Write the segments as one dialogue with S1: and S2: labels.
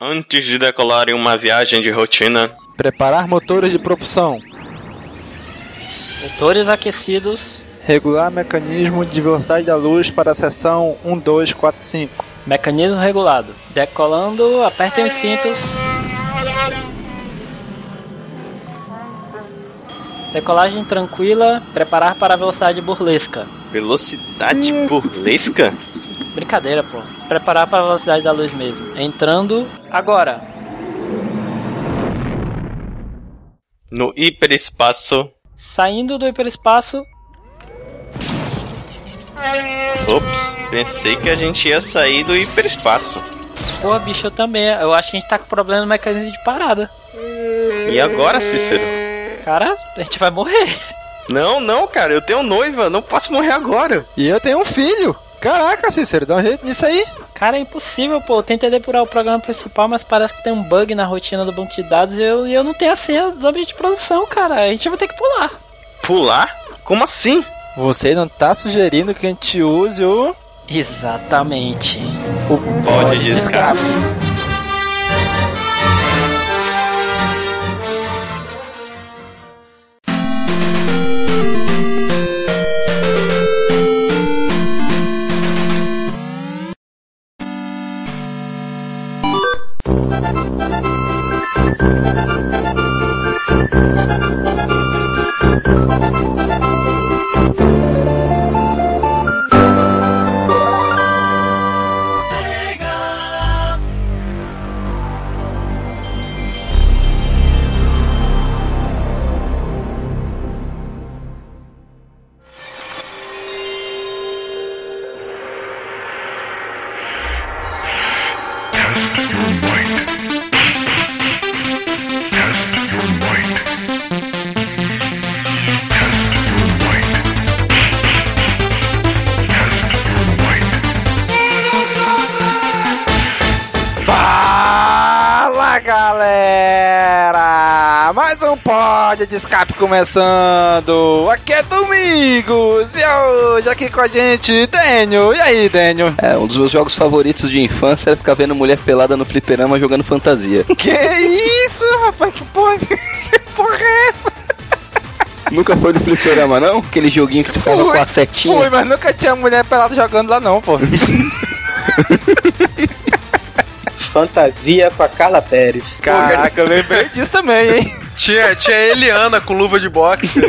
S1: Antes de decolar em uma viagem de rotina,
S2: Preparar motores de propulsão.
S3: Motores aquecidos,
S2: Regular mecanismo de velocidade da luz para a seção 1245.
S3: mecanismo regulado. Decolando, apertem os cintos. Decolagem tranquila, preparar para a velocidade burlesca.
S1: velocidade burlesca?
S3: Brincadeira, pô. Preparar para a velocidade da luz mesmo. Entrando agora.
S1: No hiperespaço.
S3: Saindo do hiperespaço,
S1: Ops, pensei que a gente ia sair do hiperespaço.
S3: porra, bicho, eu também. Eu acho que a gente tá com problema no mecanismo de parada.
S1: E agora, Cícero?
S3: Cara, a gente vai morrer.
S1: Não, não, cara, eu tenho noiva, não posso morrer agora.
S2: E eu tenho um filho! Caraca, Cícero, dá um jeito nisso aí!
S3: Cara, é impossível, pô. Eu tentei depurar o programa principal, mas parece que tem um bug na rotina do banco de dados e eu, e eu não tenho a senha do ambiente de produção, cara. A gente vai ter que pular.
S1: Pular? Como assim?
S2: Você não tá sugerindo que a gente use o.
S3: Exatamente.
S2: o
S1: Bode de escape.
S2: Fala galera! Mais um pódio de escape começando! Aqui é Domingos e é hoje aqui com a gente Daniel. E aí, Daniel?
S4: É, um dos meus jogos favoritos de infância era ficar vendo mulher pelada no fliperama jogando fantasia.
S2: que isso, rapaz? Que porra, que porra é essa?
S4: Nunca foi no fliperama, não? Aquele joguinho que tu ficava
S2: Fui,
S4: com a setinha.
S2: Fui, mas nunca tinha mulher pelada jogando lá não, pô.
S5: Fantasia com a Carla Pérez.
S2: Caraca, eu lembrei disso também, hein?
S6: Tinha, tinha Eliana com luva de boxe.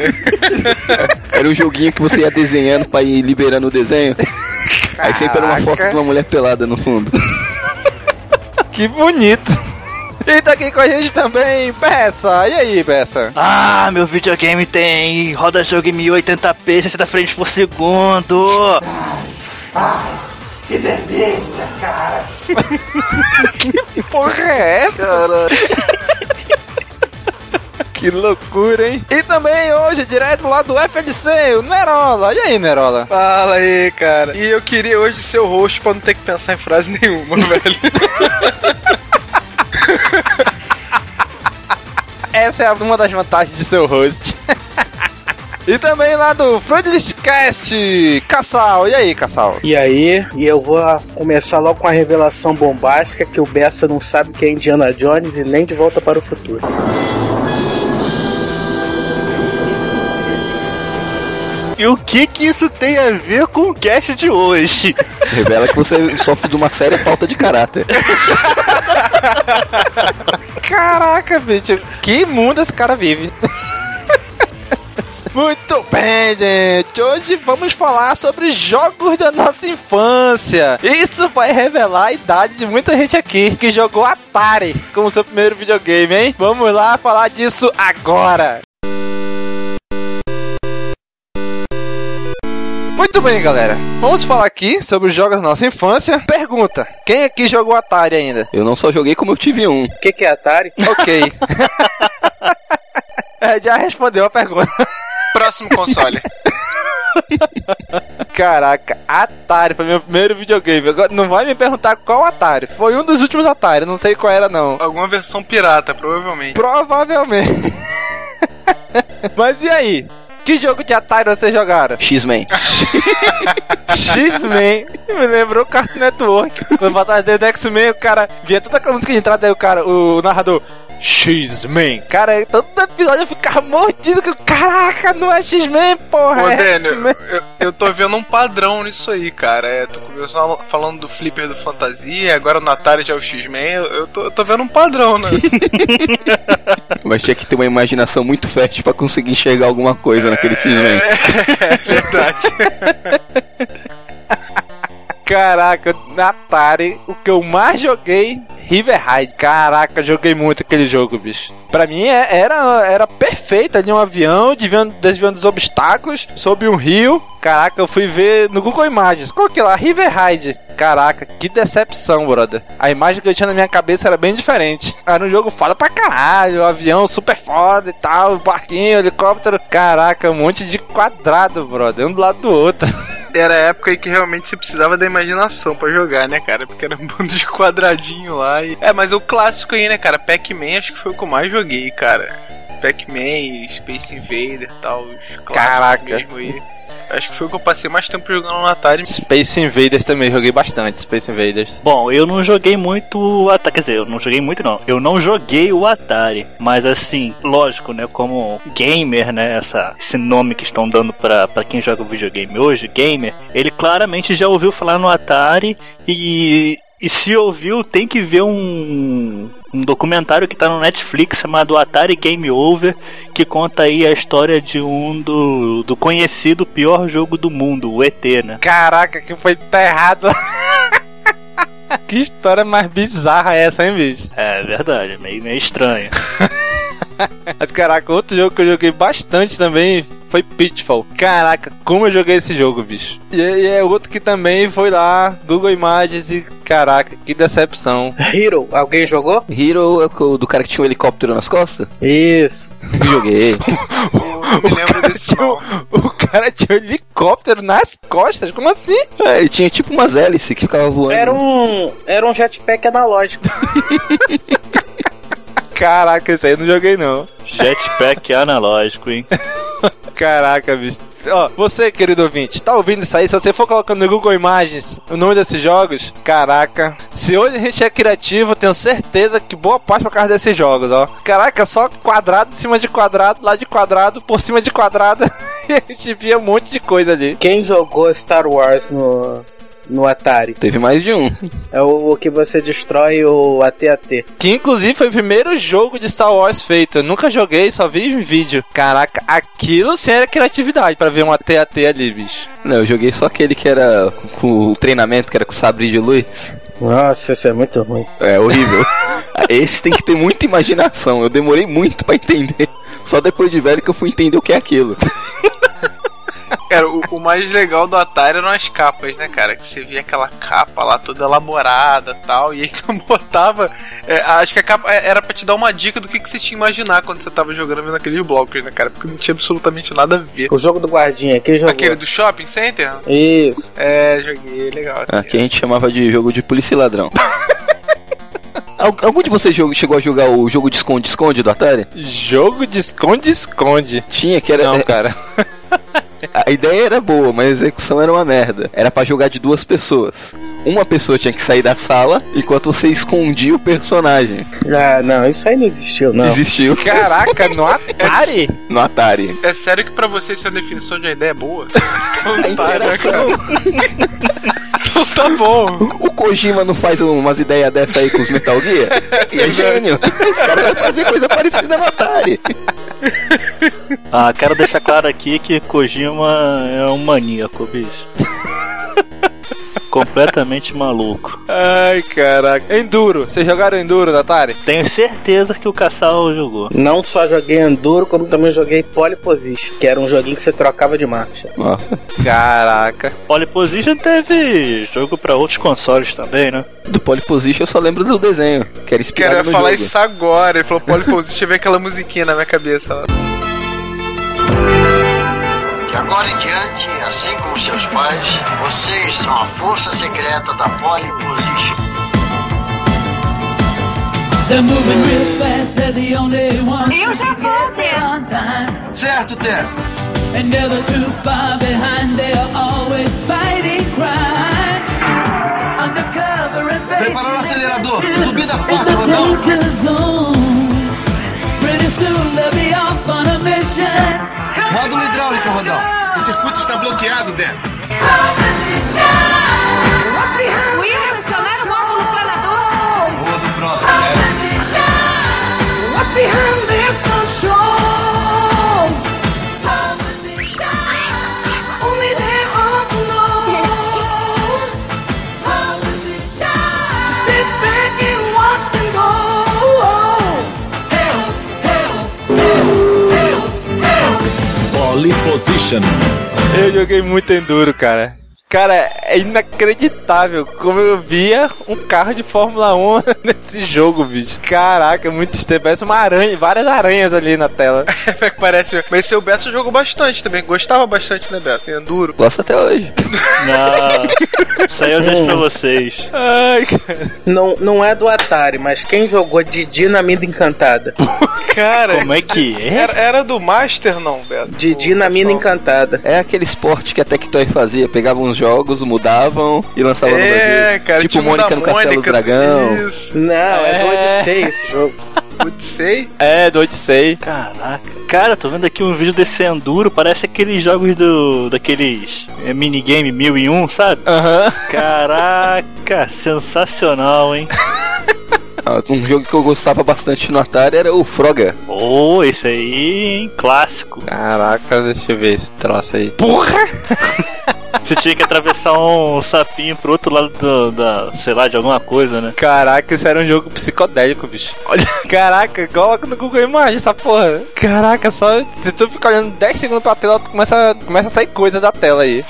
S4: Era um joguinho que você ia desenhando pra ir liberando o desenho. Aí sempre era uma foto de uma mulher pelada no fundo.
S2: Que bonito. E tá aqui com a gente também, Peça. E aí, Peça?
S7: Ah, meu videogame tem roda jogo em 1080p, 60 frames por segundo.
S2: Que porra é essa? que loucura, hein? E também hoje, direto lá do FLC, o Nerola. E aí, Nerola?
S6: Fala aí, cara. E eu queria hoje ser o host pra não ter que pensar em frase nenhuma, velho.
S2: Essa é uma das vantagens de seu host. e também lá do Friendlistcast, Cassal. E aí, Cassal?
S5: E aí, e eu vou começar logo com a revelação bombástica que o Bessa não sabe que é Indiana Jones e nem de volta para o futuro.
S7: E o que que isso tem a ver com o cast de hoje?
S4: Revela que você sofre de uma séria falta de caráter.
S2: Caraca, bicho, que mundo esse cara vive. Muito bem, gente. Hoje vamos falar sobre jogos da nossa infância. Isso vai revelar a idade de muita gente aqui que jogou Atari como seu primeiro videogame, hein? Vamos lá falar disso agora. Muito bem, galera. Vamos falar aqui sobre os jogos da nossa infância. Pergunta: quem aqui jogou Atari ainda?
S4: Eu não só joguei como eu tive um.
S5: O que, que é Atari?
S2: Ok. É, já respondeu a pergunta.
S6: Próximo console.
S2: Caraca, Atari foi meu primeiro videogame. Agora, não vai me perguntar qual Atari. Foi um dos últimos Atari, não sei qual era não.
S6: Alguma versão pirata, provavelmente.
S2: Provavelmente. Mas e aí? Que jogo de Atari vocês jogaram?
S4: X-Men.
S2: X-Men. Me lembrou o Cartoon Network. Quando batalha dentro do X-Men, o cara via toda aquela música de entrada, aí o cara, o narrador. X-Men. Cara, todo episódio eu ficava mordido. Que, caraca, não é X-Men, porra.
S6: Ô,
S2: é
S6: Daniel,
S2: X-Men.
S6: eu, eu tô vendo um padrão nisso aí, cara. É, tu começou falando do Flipper do Fantasia, agora no Atari já é o X-Men. Eu, eu tô, eu tô vendo um padrão, né?
S4: Mas tinha que ter uma imaginação muito fértil pra conseguir enxergar alguma coisa naquele X-Men.
S6: é verdade.
S2: Caraca, na Atari, o que eu mais joguei, River Ride. Caraca, joguei muito aquele jogo, bicho. Pra mim é- era, era perfeito ali um avião, desviando, desviando os obstáculos, sob um rio. Caraca, eu fui ver no Google Imagens. Coloquei lá, River Ride. Caraca, que decepção, brother. A imagem que eu tinha na minha cabeça era bem diferente. Era um jogo foda pra caralho, o avião super foda e tal, um barquinho, helicóptero. Caraca, um monte de quadrado, brother, um do lado do outro.
S6: Era a época aí que realmente você precisava da imaginação pra jogar, né, cara? Porque era um bando de quadradinho lá. E... É, mas o clássico aí, né, cara? Pac-Man acho que foi o que eu mais joguei, cara. Pac-Man, Space Invader e tal. os clássicos
S2: Caraca.
S6: Mesmo aí. Acho que foi o que eu passei mais tempo jogando no Atari.
S2: Space Invaders também, joguei bastante Space Invaders.
S7: Bom, eu não joguei muito o Atari, quer dizer, eu não joguei muito não. Eu não joguei o Atari, mas assim, lógico, né, como gamer, né, essa, esse nome que estão dando pra, pra quem joga videogame hoje, gamer, ele claramente já ouviu falar no Atari e e se ouviu, tem que ver um, um documentário que tá no Netflix chamado Atari Game Over, que conta aí a história de um do, do conhecido pior jogo do mundo, o ET, né?
S2: Caraca, que foi tá errado. que história mais bizarra é essa, hein, bicho?
S7: É verdade, meio, meio estranho.
S2: Mas, caraca, outro jogo que eu joguei bastante também foi Pitfall. Caraca, como eu joguei esse jogo, bicho. E, e é outro que também foi lá, Google Imagens e caraca, que decepção.
S5: Hero, alguém jogou?
S4: Hero é o do cara que tinha um helicóptero nas costas?
S5: Isso.
S4: Joguei.
S6: Eu não me lembro disso,
S2: tinha
S6: não.
S2: O cara tinha um helicóptero nas costas, como assim?
S4: É, ele tinha tipo umas hélices que ficava voando.
S5: Era um, era um jetpack analógico.
S2: Caraca, esse aí eu não joguei não.
S7: Jetpack analógico, hein?
S2: Caraca, bicho. Ó, você, querido ouvinte, tá ouvindo isso aí? Se você for colocando no Google Imagens o nome desses jogos, caraca. Se hoje a gente é criativo, tenho certeza que boa parte é por causa desses jogos, ó. Caraca, só quadrado em cima de quadrado, lá de quadrado, por cima de quadrado. E a gente via um monte de coisa ali.
S5: Quem jogou Star Wars no, no Atari?
S4: Teve mais de um.
S5: É o que você destrói o AT-AT.
S2: Que inclusive foi o primeiro jogo de Star Wars feito. Eu nunca joguei, só vi em vídeo. Caraca, aquilo sim era criatividade pra ver um AT-AT ali, bicho.
S4: Não, eu joguei só aquele que era com- com o treinamento, que era com sabre de luz.
S5: Nossa, isso é muito ruim.
S4: É horrível. Esse tem que ter muita imaginação. Eu demorei muito pra entender. Só depois de velho que eu fui entender o que é aquilo.
S6: Cara, o, o mais legal do Atari eram as capas, né, cara? Que você via aquela capa lá toda elaborada e tal, e aí tu botava. é, acho que a capa é- era pra te dar uma dica do que, que você tinha que imaginar quando você tava jogando vendo aqueles blocos, né, cara? Porque não tinha absolutamente nada a ver.
S5: O jogo do guardinha, quem jogou?
S6: Aquele do shopping center?
S5: Isso.
S6: É, joguei, legal.
S4: Aqui a gente chamava de jogo de polícia e ladrão. Al- Algum de vocês jo- chegou a jogar o jogo de esconde-esconde do Atari?
S2: Jogo de esconde-esconde.
S4: Tinha, que era.
S2: Não, cara.
S4: A ideia era boa, mas a execução era uma merda. Era pra jogar de duas pessoas. Uma pessoa tinha que sair da sala enquanto você escondia o personagem.
S5: Ah, não, isso aí não existiu, não.
S4: Existiu
S2: Caraca, no Atari?
S4: no Atari.
S6: É sério que pra você isso é uma definição de uma ideia boa?
S4: A interação.
S6: tá bom.
S4: O Kojima não faz umas ideias dessa aí com os Metal Gear? Ele é gênio. Os caras vão fazer coisa parecida no Atari.
S7: Ah, quero deixar claro aqui que Kojima é um maníaco, bicho. Completamente maluco.
S2: Ai, caraca. Enduro. Vocês jogaram Enduro no Atari?
S7: Tenho certeza que o Cassal jogou.
S5: Não só joguei Enduro, como também joguei Polyposition, que era um joguinho que você trocava de marcha.
S2: Caraca.
S7: Polyposition teve jogo pra outros consoles também, né?
S4: Do Polyposition eu só lembro do desenho. Que era inspirado
S6: Cara, eu
S4: no
S6: ia falar
S4: jogo.
S6: isso agora. Ele falou, Poliposo, deixa eu ver aquela musiquinha na minha cabeça lá.
S8: De agora em diante, assim como seus pais, vocês são a força secreta da Polyposition.
S9: They're moving real fast, they're Eu já vou ter.
S8: Certo, Tessa. Preparar o acelerador. Subida forte, Rodão. Módulo hidráulico, Rodão.
S10: O circuito está bloqueado, Débora.
S9: Will acionar o módulo planador.
S8: Boa do brother, Tessa.
S2: Eu joguei muito enduro, cara. Cara, é inacreditável como eu via um carro de Fórmula 1 nesse jogo, bicho. Caraca, muito estranho. Parece uma aranha, várias aranhas ali na tela.
S6: É que parece. Mas seu Beto jogou bastante também. Gostava bastante, né, Beto? Enduro.
S4: Gosto até hoje.
S7: Não, Ah, isso aí eu deixo pra vocês.
S2: Ai, cara.
S5: Não, não é do Atari, mas quem jogou Didi na Mina Encantada?
S6: Cara,
S7: Como é que é?
S6: era, era do Master, não, Beto?
S5: Didi na Mina
S6: Encantada.
S5: Encantada.
S4: É aquele esporte que a Tectoy fazia, pegava uns jogos, mudavam e lançava no
S6: É,
S4: Brasil.
S6: cara,
S4: tipo Mônica no Castelo do Dragão.
S6: Isso.
S5: Não, é, do
S2: É.
S5: Odyssey esse jogo.
S6: Odissei.
S2: É, do Odyssey.
S7: Caraca. Cara, tô vendo aqui um vídeo desse Enduro, parece aqueles jogos do. daqueles é, minigame 1001, sabe?
S2: Aham.
S7: Caraca, sensacional, hein?
S4: Ah, Um jogo que eu gostava bastante no Atari era o Froga.
S7: Ô, oh, esse aí, hein? Clássico.
S2: Caraca, deixa eu ver esse troço aí.
S7: Você tinha que atravessar um sapinho pro outro lado do- da. sei lá, de alguma coisa, né?
S2: Caraca, isso era um jogo psicodélico, bicho. Olha, caraca, coloca no Google Imagem essa porra. Caraca, só se tu ficar olhando 10 segundos pra tela, tu começa, começa a sair coisa da tela aí.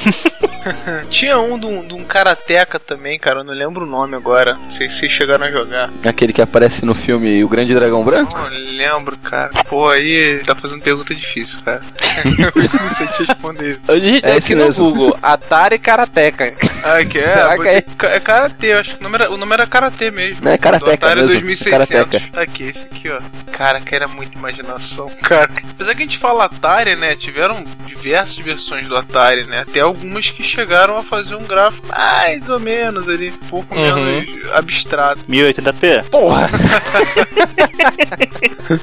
S6: Tinha um de um de um karateca também, cara. Eu não lembro o nome agora. Não sei se vocês chegaram a jogar.
S4: Aquele que aparece no filme O Grande Dragão Branco.
S6: Não lembro, cara. Pô, aí tá fazendo pergunta difícil, cara. Eu não sei te responder.
S2: Eu digitei
S4: É
S2: aqui
S4: esse
S2: no
S4: mesmo.
S2: Google, Atari Karateca.
S6: Ah, que é?
S2: Será que é?
S6: Porque é Karatê, eu acho que o nome era, o nome era Karatê mesmo.
S4: Não, é Karateka
S6: Do Atari
S4: mesmo,
S6: 2600.
S4: Karateka.
S6: Aqui, esse aqui, ó. Caraca, era muita imaginação, cara. Apesar que a gente fala Atari, né? Tiveram diversas versões do Atari, né? Até algumas que chegaram a fazer um gráfico mais ou menos ali, um pouco
S2: Uhum.
S6: menos abstrato.
S7: 1080p?
S2: Porra.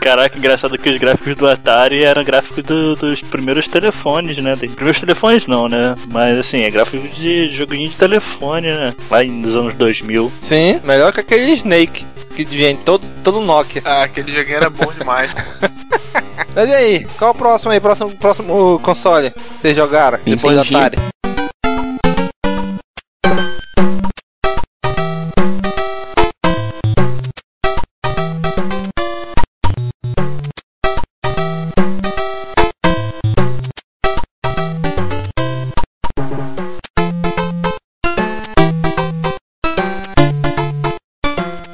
S7: Caraca, engraçado que os gráficos do Atari eram gráficos do- dos primeiros telefones, né? Dos primeiros telefones não, né? Mas assim, é gráfico de joguinho de telefone, né? Lá nos anos 2000.
S2: Sim, melhor que aquele Snake. Que vem todo, todo Nokia.
S6: Ah, aquele joguinho era bom demais.
S2: Mas e aí, qual o próximo aí? Próximo, próximo uh, console que vocês jogaram? Depois do
S4: Entendi.
S2: Atari.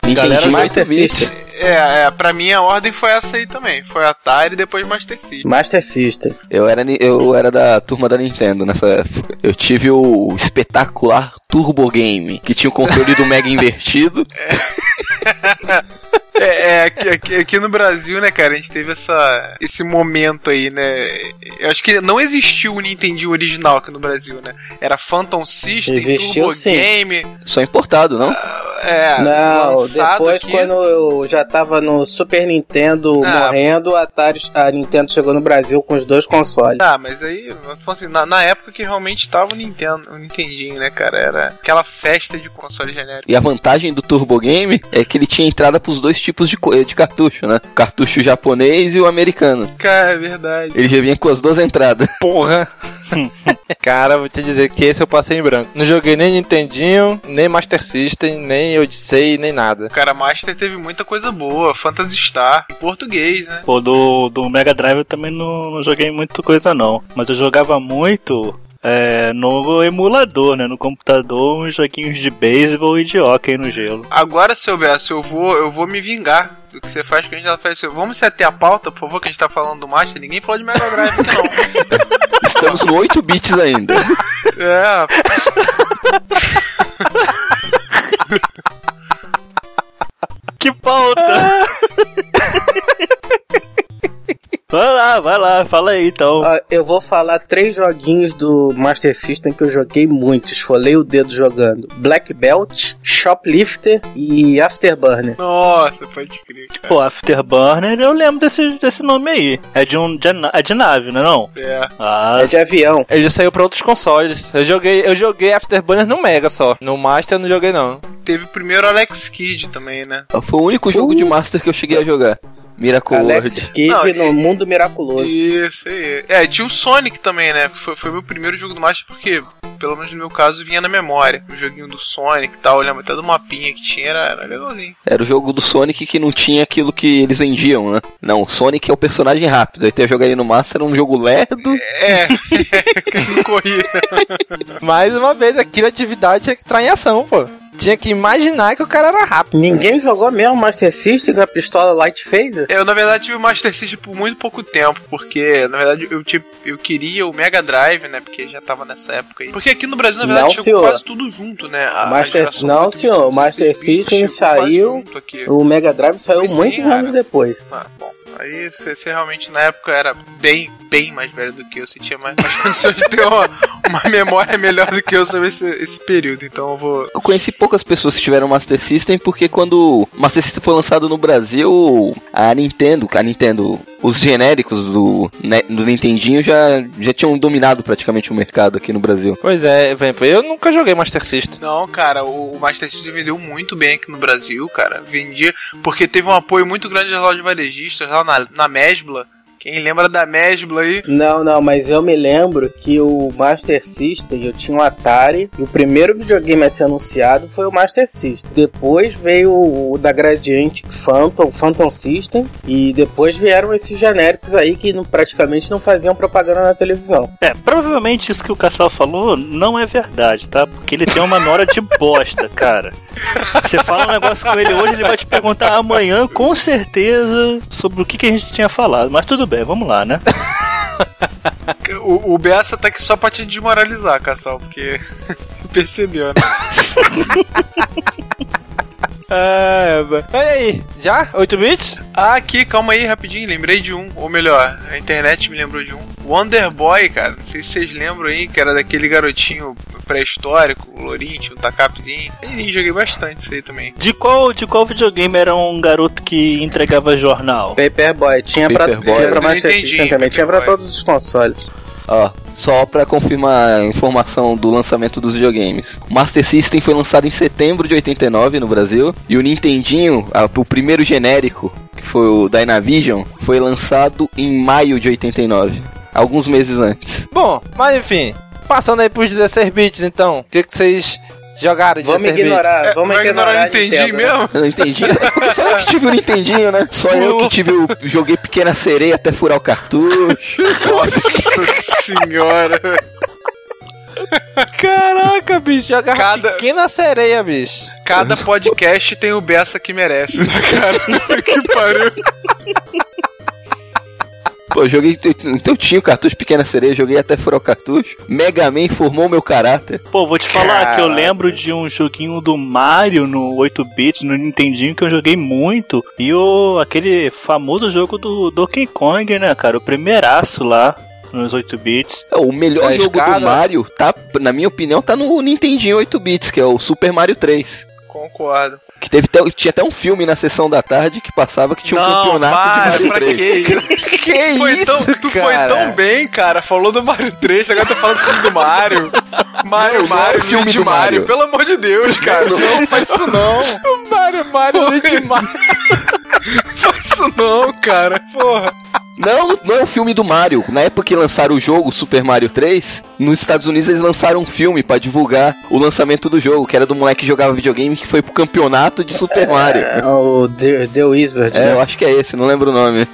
S4: Nintendinho
S5: Master
S4: Vista.
S5: System.
S6: é, é, pra mim a ordem foi essa aí também. Foi Atari e depois Master System.
S5: Master System.
S4: Eu era, ni- eu era da turma da Nintendo nessa época. Eu tive o espetacular Turbo Game, que tinha o controle do Mega invertido.
S6: É, é, aqui, aqui- aqui no Brasil, né, cara, a gente teve essa, esse momento aí, né? Eu acho que não existiu o Nintendinho original aqui no Brasil, né? Era Phantom System,
S5: Existiu,
S6: Turbo
S5: sim.
S6: Game.
S4: Só importado, não?
S6: É,
S5: não,
S6: lançado
S5: depois
S6: aqui.
S5: quando eu já tava no Super Nintendo
S6: Ah.
S5: morrendo, a, Atari, a Nintendo chegou no Brasil com os dois consoles.
S6: Ah, mas aí, eu falo assim, na, na época que realmente tava o Nintendo, o Nintendinho, né, cara? Era aquela festa de console genérico.
S4: E a vantagem do Turbo Game é que ele tinha entrada pros dois tipos de, co- de cartucho, né? O cartucho japonês e o americano.
S6: Cara, é verdade.
S4: Ele já vinha com as duas entradas.
S2: Porra! Cara, vou te dizer que esse eu passei em branco. Não joguei nem Nintendinho, nem Master System, nem Odyssey, nem nada.
S6: Cara, Master teve muita coisa boa, Phantasy Star, em português, né?
S7: Pô, do, do Mega Drive eu também não, não joguei muita coisa não. Mas eu jogava muito é, no emulador, né? No computador, uns joguinhos de beisebol e de hockey no gelo.
S6: Agora, seu Besso, eu vou, eu vou me vingar do que você faz, que a gente já faz. isso. Vamos se ater a pauta, por favor, que a gente tá falando do Master. Ninguém falou de Mega Drive aqui, não.
S4: Estamos no 8 bits ainda.
S6: É, rapaz.
S7: Que pauta! Vai lá, vai lá, fala aí então.
S5: Ó, Ah, eu vou falar três joguinhos do Master System que eu joguei muito, esfolei o dedo jogando: Black Belt, Shoplifter e Afterburner.
S6: Nossa, pode crer, cara.
S7: Pô, Afterburner, eu lembro desse, desse nome aí. É de um de, na- é de nave, não é não?
S6: É.
S7: Ah,
S5: É de avião.
S2: Ele saiu pra outros consoles. Eu joguei, eu joguei Afterburner no Mega só. No Master eu não joguei não.
S6: Teve primeiro Alex Kidd também, né?
S4: Foi o único jogo de Master que eu cheguei a jogar. Miracle
S5: Uh. Alex
S4: World.
S5: Kidd
S6: Não, e-
S5: no Mundo Miraculoso.
S6: Isso aí. É, tinha o Sonic também, né? Foi, foi meu primeiro jogo do Master, porque, pelo menos no meu caso, vinha na memória. O joguinho do Sonic e tal, eu lembro até do mapinha que tinha, era, era legalzinho.
S4: Era o jogo do Sonic que não tinha aquilo que eles vendiam, né? Não, o Sonic é o personagem rápido. Aí tu ia jogar ele no Master, era um jogo lerdo.
S6: É, não corria.
S2: Mais uma vez, aqui a atividade tinha que entrar em ação, pô. Tinha que imaginar que o cara era rápido.
S5: Ninguém jogou mesmo Master System com a pistola Light Phaser?
S6: Eu, na verdade, tive o Master System por muito pouco tempo, porque, na verdade, eu, tipo, eu queria o Mega Drive, né? Porque já tava nessa época aí. Porque aqui no Brasil, na verdade,
S5: Não,
S6: chegou
S5: senhor.
S6: quase tudo junto, né? A- a
S5: Master-
S6: geração
S5: não,
S6: do
S5: senhor. O Master System
S6: chegou quase
S5: saiu-
S6: junto aqui.
S5: O Mega Drive saiu
S6: Sim,
S5: muitos
S6: cara.
S5: anos depois.
S6: Ah, bom. Aí você, você realmente na época era bem, bem mais velho do que eu. Você tinha mais, mais condições de ter uma, uma memória melhor do que eu sobre esse, esse período. Então eu vou.
S4: Eu conheci poucas pessoas que tiveram Master System porque quando o Master System foi lançado no Brasil, a Nintendo, a Nintendo, os genéricos do, né, do Nintendinho já, já tinham dominado praticamente o mercado aqui no Brasil.
S2: Pois é, por exemplo, eu nunca joguei Master System.
S6: Não, cara, o, o Master System vendeu muito bem aqui no Brasil, cara. Vendia. Porque teve um apoio muito grande das lojas varejistas lá na, na Mesbla. Quem lembra da Mesbla aí?
S5: Não, não, mas eu me lembro que o Master System, eu tinha um Atari, e o primeiro videogame a ser anunciado foi o Master System. Depois veio o da Gradiente Phantom, Phantom System, e depois vieram esses genéricos aí que não- praticamente não faziam propaganda na televisão.
S7: é, provavelmente isso que o Cassal falou não é verdade, tá? Porque ele tem uma nora de bosta, cara. Você fala um negócio com ele hoje, ele vai te perguntar amanhã, com certeza, sobre o que, que a gente tinha falado. Mas tudo bem, vamos lá, né?
S6: O, o Beça tá aqui só pra te desmoralizar, Cassal, porque. Percebeu, né?
S2: É, mas- Olha aí, já? 8 bits?
S6: Ah, aqui, calma aí, rapidinho, lembrei de um. Ou melhor, a internet me lembrou de um. Wonder Boy, cara. Não sei se vocês lembram aí, que era daquele garotinho pré-histórico, o Lourinho, tinha um tacapzinho. Ih, joguei bastante isso aí também.
S7: De qual, de qual videogame era um garoto que entregava jornal?
S5: Paperboy, tinha pra,
S4: Paperboy.
S5: tinha pra
S6: Eu não
S5: Master
S6: entendi,
S5: System também, tinha pra
S6: Paperboy.
S5: todos os consoles.
S4: Ó, só pra confirmar a informação do lançamento dos videogames. O Master System foi lançado em setembro de 89 no Brasil e o Nintendinho, a- o primeiro genérico, que foi o Dynavision, foi lançado em maio de 89, alguns meses antes.
S2: Bom, mas enfim, passando aí pros 16 bits então, o que, que vocês jogaram de
S5: Vamos
S2: 16
S6: É,
S5: ignorar, vamos
S6: Mas
S5: ignorar.
S6: não
S5: a
S6: entendi
S5: Nintendo, né?
S6: mesmo?
S4: Eu não entendi. É porque só eu que tive o Nintendinho, né? Só eu que tive o. Joguei Pequena Sereia até furar o cartucho.
S6: Nossa senhora.
S2: bits? Caraca, bicho, jogava
S6: Cada-
S2: pequena sereia, bicho.
S6: Cada podcast tem o Beça que merece, né, cara? que pariu.
S4: Pô, eu joguei. Então eu tinha o cartucho Pequena Sereia, joguei até furar o cartucho. Mega Man formou meu caráter.
S7: Pô, vou te falar que eu
S2: Caralho.
S7: lembro de um joguinho do Mario no 8-bit, no Nintendinho, que eu joguei muito. E o aquele famoso jogo do Donkey Kong, né, cara? O primeiraço lá, nos 8-bits.
S4: É, O melhor
S2: A
S4: jogo
S2: escada.
S4: do Mario, tá, na minha opinião, tá no Nintendinho 8 bits, que é o Super Mario 3.
S6: Concordo.
S4: Que teve até- tinha até um filme na sessão da tarde que passava que tinha um campeonato de Mario
S6: pra
S4: 3.
S6: que
S2: Que
S6: Foi
S2: isso,
S6: tão, tu foi
S2: cara?
S6: tão bem, cara. Falou do Mario 3, agora tá falando do filme do Mario. Mario,
S4: Não, não é
S6: Mario,
S4: o filme
S6: filme de
S4: do
S6: Mario.
S4: Mario.
S6: Pelo amor de Deus, cara. Não, faz isso não.
S2: Mario, Mario, Luigi, Mario.
S6: Faz isso não, cara. Porra.
S4: Não, não é o filme do Mario. Na época que lançaram o jogo Super Mario 3, nos Estados Unidos eles lançaram um filme pra divulgar o lançamento do jogo, que era do moleque que jogava videogame que foi pro campeonato de Super Mario.
S5: É, O The, The Wizard,
S4: É,
S5: né?
S4: eu acho que é esse, não lembro o nome.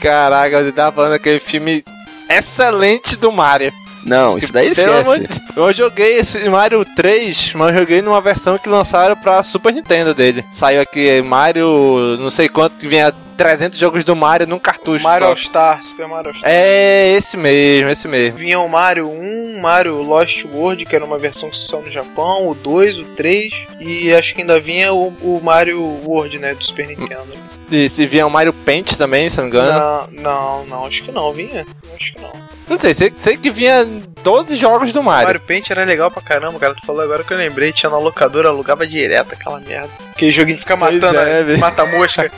S2: Caraca, você tava falando aquele filme excelente do Mario.
S4: Não, isso daí
S2: Pelo amor de
S4: esquece.
S2: Deus. Eu joguei esse Mario 3, mas eu joguei numa versão que lançaram pra Super Nintendo dele. Saiu aqui Mario, não sei quanto que vinha 300 jogos do Mario num cartucho
S6: Mario
S2: só.
S6: All Star, Super Mario All Star.
S2: É, esse mesmo, esse mesmo.
S6: Vinha o Mario 1, Mario Lost World, que era uma versão só no Japão, o 2, o 3, e acho que ainda vinha o, o Mario World, né, do Super Nintendo.
S2: E se vinha o Mario Paint também, se não me engano.
S6: Não, não, não, acho que não, vinha. Acho que não.
S2: Não sei, sei, sei que vinha 12 jogos do Mario.
S6: Mario Paint era legal pra caramba, cara. Tu falou agora que eu lembrei, tinha na locadora, alugava direto aquela merda. Aquele joguinho que fica
S2: Pois
S6: matando,
S2: é, velho.
S6: mata mosca.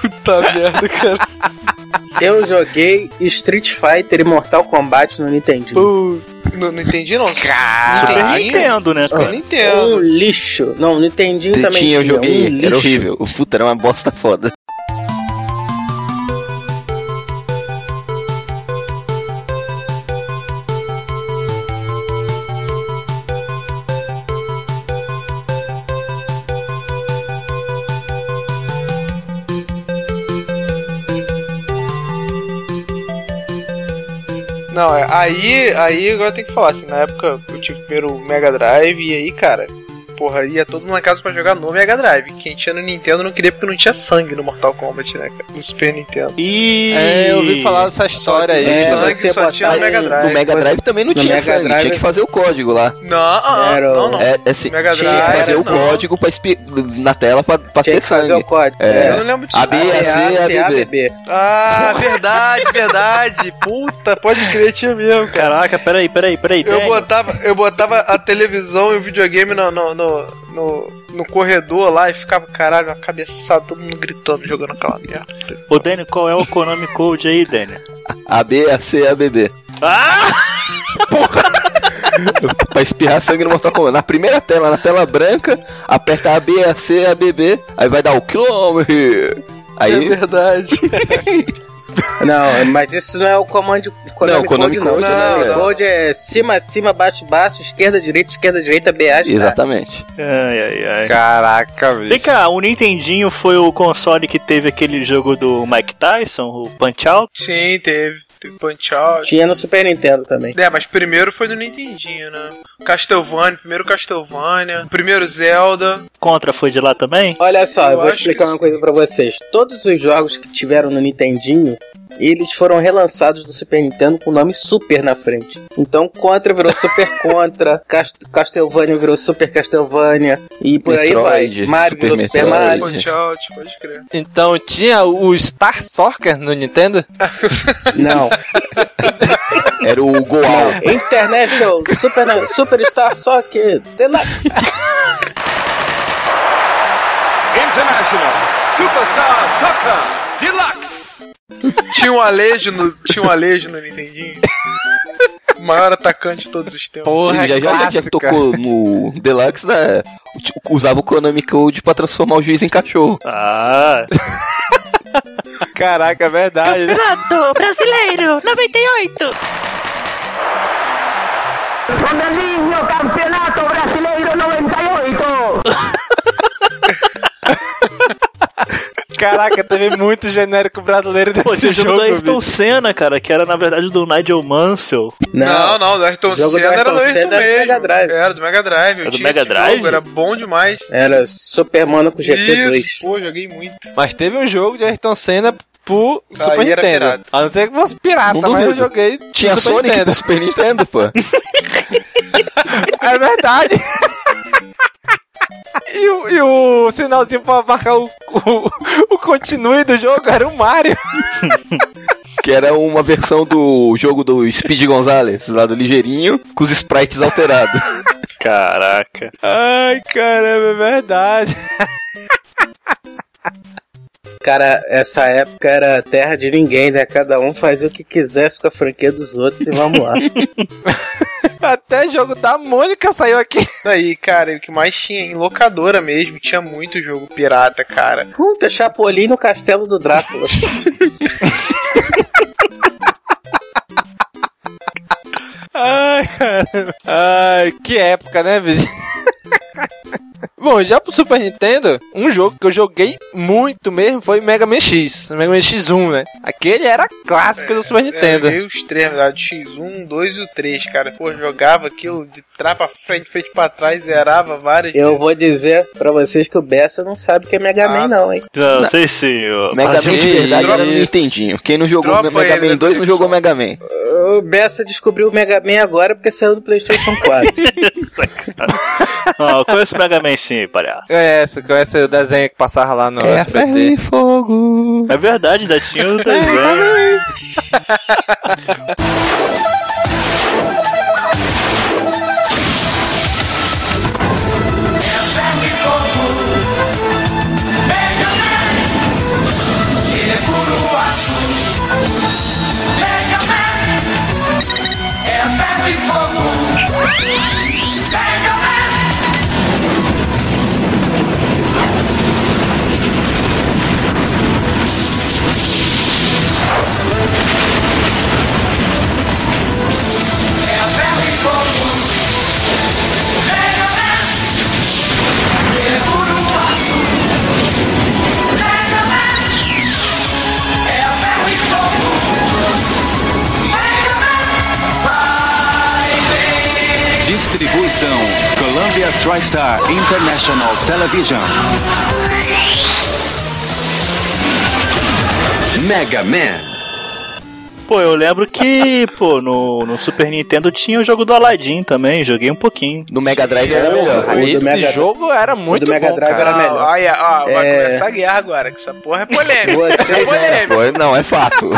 S2: Puta merda, cara.
S5: Eu joguei Street Fighter e Mortal Kombat no Nintendo.
S6: Pô, não, não entendi não.
S2: Ah,
S7: Super
S6: Caralho.
S7: Nintendo, né?
S6: Eu
S7: cara?
S6: não
S5: Um
S6: entendo.
S5: lixo. Não, Nintendinho também
S4: Tinha, eu joguei,
S5: um lixo.
S4: era horrível. O puta era uma bosta foda.
S6: Não, é, aí, aí agora tem que falar, assim, na época eu tive primeiro o Mega Drive e aí, cara, porra, ia todo mundo na casa pra jogar no Mega Drive. Quem tinha no Nintendo não queria porque não tinha sangue no Mortal Kombat, né, cara? No Super Nintendo.
S7: E...
S2: É, eu ouvi falar dessa história aí.
S5: É,
S6: sangue
S5: você
S6: só tinha no
S5: botar
S6: Mega
S5: em-
S6: Drive.
S4: No Mega
S5: foi-
S4: Drive também não
S5: no
S4: tinha
S5: Mega
S4: sangue,
S5: Drive-
S4: tinha que fazer o código lá.
S6: Não, ah,
S5: Era o-
S6: não, não.
S4: É, é assim,
S6: Mega
S4: tinha
S6: Drive
S4: que fazer
S6: era
S4: o
S6: só-
S4: código pra espi- na tela pra, pra
S5: Tinha
S4: ter
S5: que fazer
S4: sangue.
S5: o código.
S4: É.
S6: Eu não lembro disso.
S4: A B,
S5: A,
S4: a C, a
S5: C, A, B,
S4: B.
S5: B.
S6: Ah, verdade, verdade. Puta, pode crer, tinha mesmo, cara.
S7: Caraca, peraí, peraí, peraí.
S6: Eu
S7: tem?
S6: botava, eu botava a televisão e o videogame no, no, no, no, no corredor lá e ficava, caralho, uma cabeçada, todo mundo gritando, jogando aquela merda.
S7: Ô, Dani, qual é o Konami Code aí, Dani?
S4: A B, a C, a B, B.
S7: Ah!
S4: É, pra espirrar sangue no Mortal Kombat. Na primeira tela, na tela branca, aperta A, B, a C, a B, B. Aí vai dar o quilômetro. Aí.
S6: É verdade.
S5: Não, mas isso não é o comando Konami
S4: Não, o Konami
S5: Code, não.
S4: Code né?
S5: Konami
S4: não, não.
S5: Code é cima, cima, baixo, baixo, esquerda, direita, esquerda, direita, BA,
S4: Exatamente.
S7: Ai, ai, ai.
S2: Caraca,
S7: Vem
S2: bicho.
S7: cá, o Nintendinho foi o console que teve aquele jogo do Mike Tyson, o Punch Out?
S6: Sim, teve. Teve Punch Out.
S5: Tinha no Super Nintendo também.
S6: É, mas primeiro foi no Nintendinho, né? Castlevania, primeiro Castlevania, primeiro Zelda.
S7: Contra foi de lá também?
S5: Olha só, eu,
S6: Eu
S5: vou
S6: acho
S5: explicar
S6: que
S5: uma
S6: sim.
S5: coisa pra vocês. Todos os jogos que tiveram no Nintendinho, eles foram relançados do Super Nintendo com o nome Super na frente. Então Contra virou Super Contra, Cast Castlevania virou Super Castlevania e por aí vai.
S4: Metroid,
S5: Mario
S4: Super
S5: virou Super
S4: Metroid.
S5: Mario.
S6: Punch Out, pode crer.
S2: Então tinha o Star Soccer no Nintendo?
S5: Não.
S4: Era o Goal.
S5: International Super Superstar Soccer Deluxe.
S6: Tinha um Alejo no, tinha um Alejo no Nintendinho. O maior atacante de todos os tempos.
S2: Porra,
S7: é
S4: já, já, já
S2: clássica.
S4: que tocou no Deluxe, né? tipo, usava o Konami Code pra transformar o juiz em cachorro.
S7: Ah,
S2: Caraca, é verdade. né?
S3: Prato brasileiro 98!
S2: Caraca, teve muito genérico brasileiro
S7: pô,
S2: desse
S7: esse jogo
S2: jogo,
S7: do Ayrton
S2: bicho.
S7: Senna, cara, que era na verdade do Nigel Mansell.
S6: Não, não, do Ayrton
S5: Jogo do
S6: Senna era do
S5: Ayrton
S6: Ayrton
S5: Senna era do
S6: mesmo.
S5: Mega Drive.
S6: Era do Mega Drive. eu
S7: Era do
S6: tinha
S7: Mega
S6: esse
S7: Drive?
S6: jogo, era bom demais.
S5: Era Super Monaco GT2.
S6: Isso, pô, joguei muito.
S2: Mas teve um jogo de Ayrton Senna pro
S6: Ah,
S2: Super
S6: aí era
S2: Nintendo.
S6: pirata.
S2: A não ser que fosse pirata,
S4: Não
S2: mas eu
S4: duvido.
S2: joguei
S4: Tinha
S2: pro Super
S4: Sonic
S2: Nintendo.
S4: pro Super Nintendo, pô.
S2: É verdade. E o, e o sinalzinho pra marcar o, o, o continue do jogo era o Mario.
S4: Que era uma versão do jogo do Speed Gonzalez, lá do Ligeirinho, com os sprites alterados.
S7: Caraca.
S2: Ai, caramba, é verdade.
S5: Cara, essa época era terra de ninguém, né? Cada um fazia o que quisesse com a franquia dos outros e vamos lá.
S2: Até jogo da Mônica saiu aqui.
S6: Daí, cara, o que mais tinha em locadora mesmo, tinha muito jogo pirata, cara.
S5: Puta, Chapolin no castelo do Drácula.
S2: Ai, caramba. Ai, que época, né, bicho? Bom, já pro Super Nintendo, um jogo que eu joguei muito mesmo foi Mega Man X. Mega Man X1, né? Aquele era clássico do Super Nintendo.
S6: É, Eu joguei os três, lá, do X1, 2 um, e o 3, cara. Pô, jogava aquilo de trás pra frente, frente pra trás, zerava várias
S5: Eu vou dizer pra vocês que o Bessa não sabe o que é Mega
S10: Ah.
S5: Man, não, hein?
S7: Não, sei sim, ô.
S4: Mega Man
S7: Mas eu-
S4: de verdade era
S2: Isso.
S4: no Nintendinho. Quem não jogou
S6: Dropa
S4: Mega
S6: ele,
S4: Man 2 não
S6: Anderson.
S4: jogou Mega Man.
S5: O Bessa descobriu o Mega Man agora porque saiu do PlayStation 4.
S7: Não, eu conheço o Mega Man sim, palhaço.
S2: Conhece, conhece o desenho que passava lá no
S4: É ferro
S2: SBT.
S4: e fogo.
S7: É verdade, ainda tinha o desenho.
S10: Distribuição Columbia TriStar International Television. Mega Man.
S7: Pô, eu lembro que, pô, no, no Super Nintendo tinha o jogo do Aladdin também, joguei um pouquinho.
S4: No Mega Drive era melhor.
S5: O do
S2: Esse
S5: Mega-
S2: jogo era muito
S5: do Mega
S2: bom,
S5: Drive
S2: cara.
S5: era melhor.
S6: Ah, Olha, ó, vai
S5: É.
S6: começar a guerra agora, que essa porra é polêmica. é
S5: Vocês
S6: polêmica.
S4: Pô, não, é fato.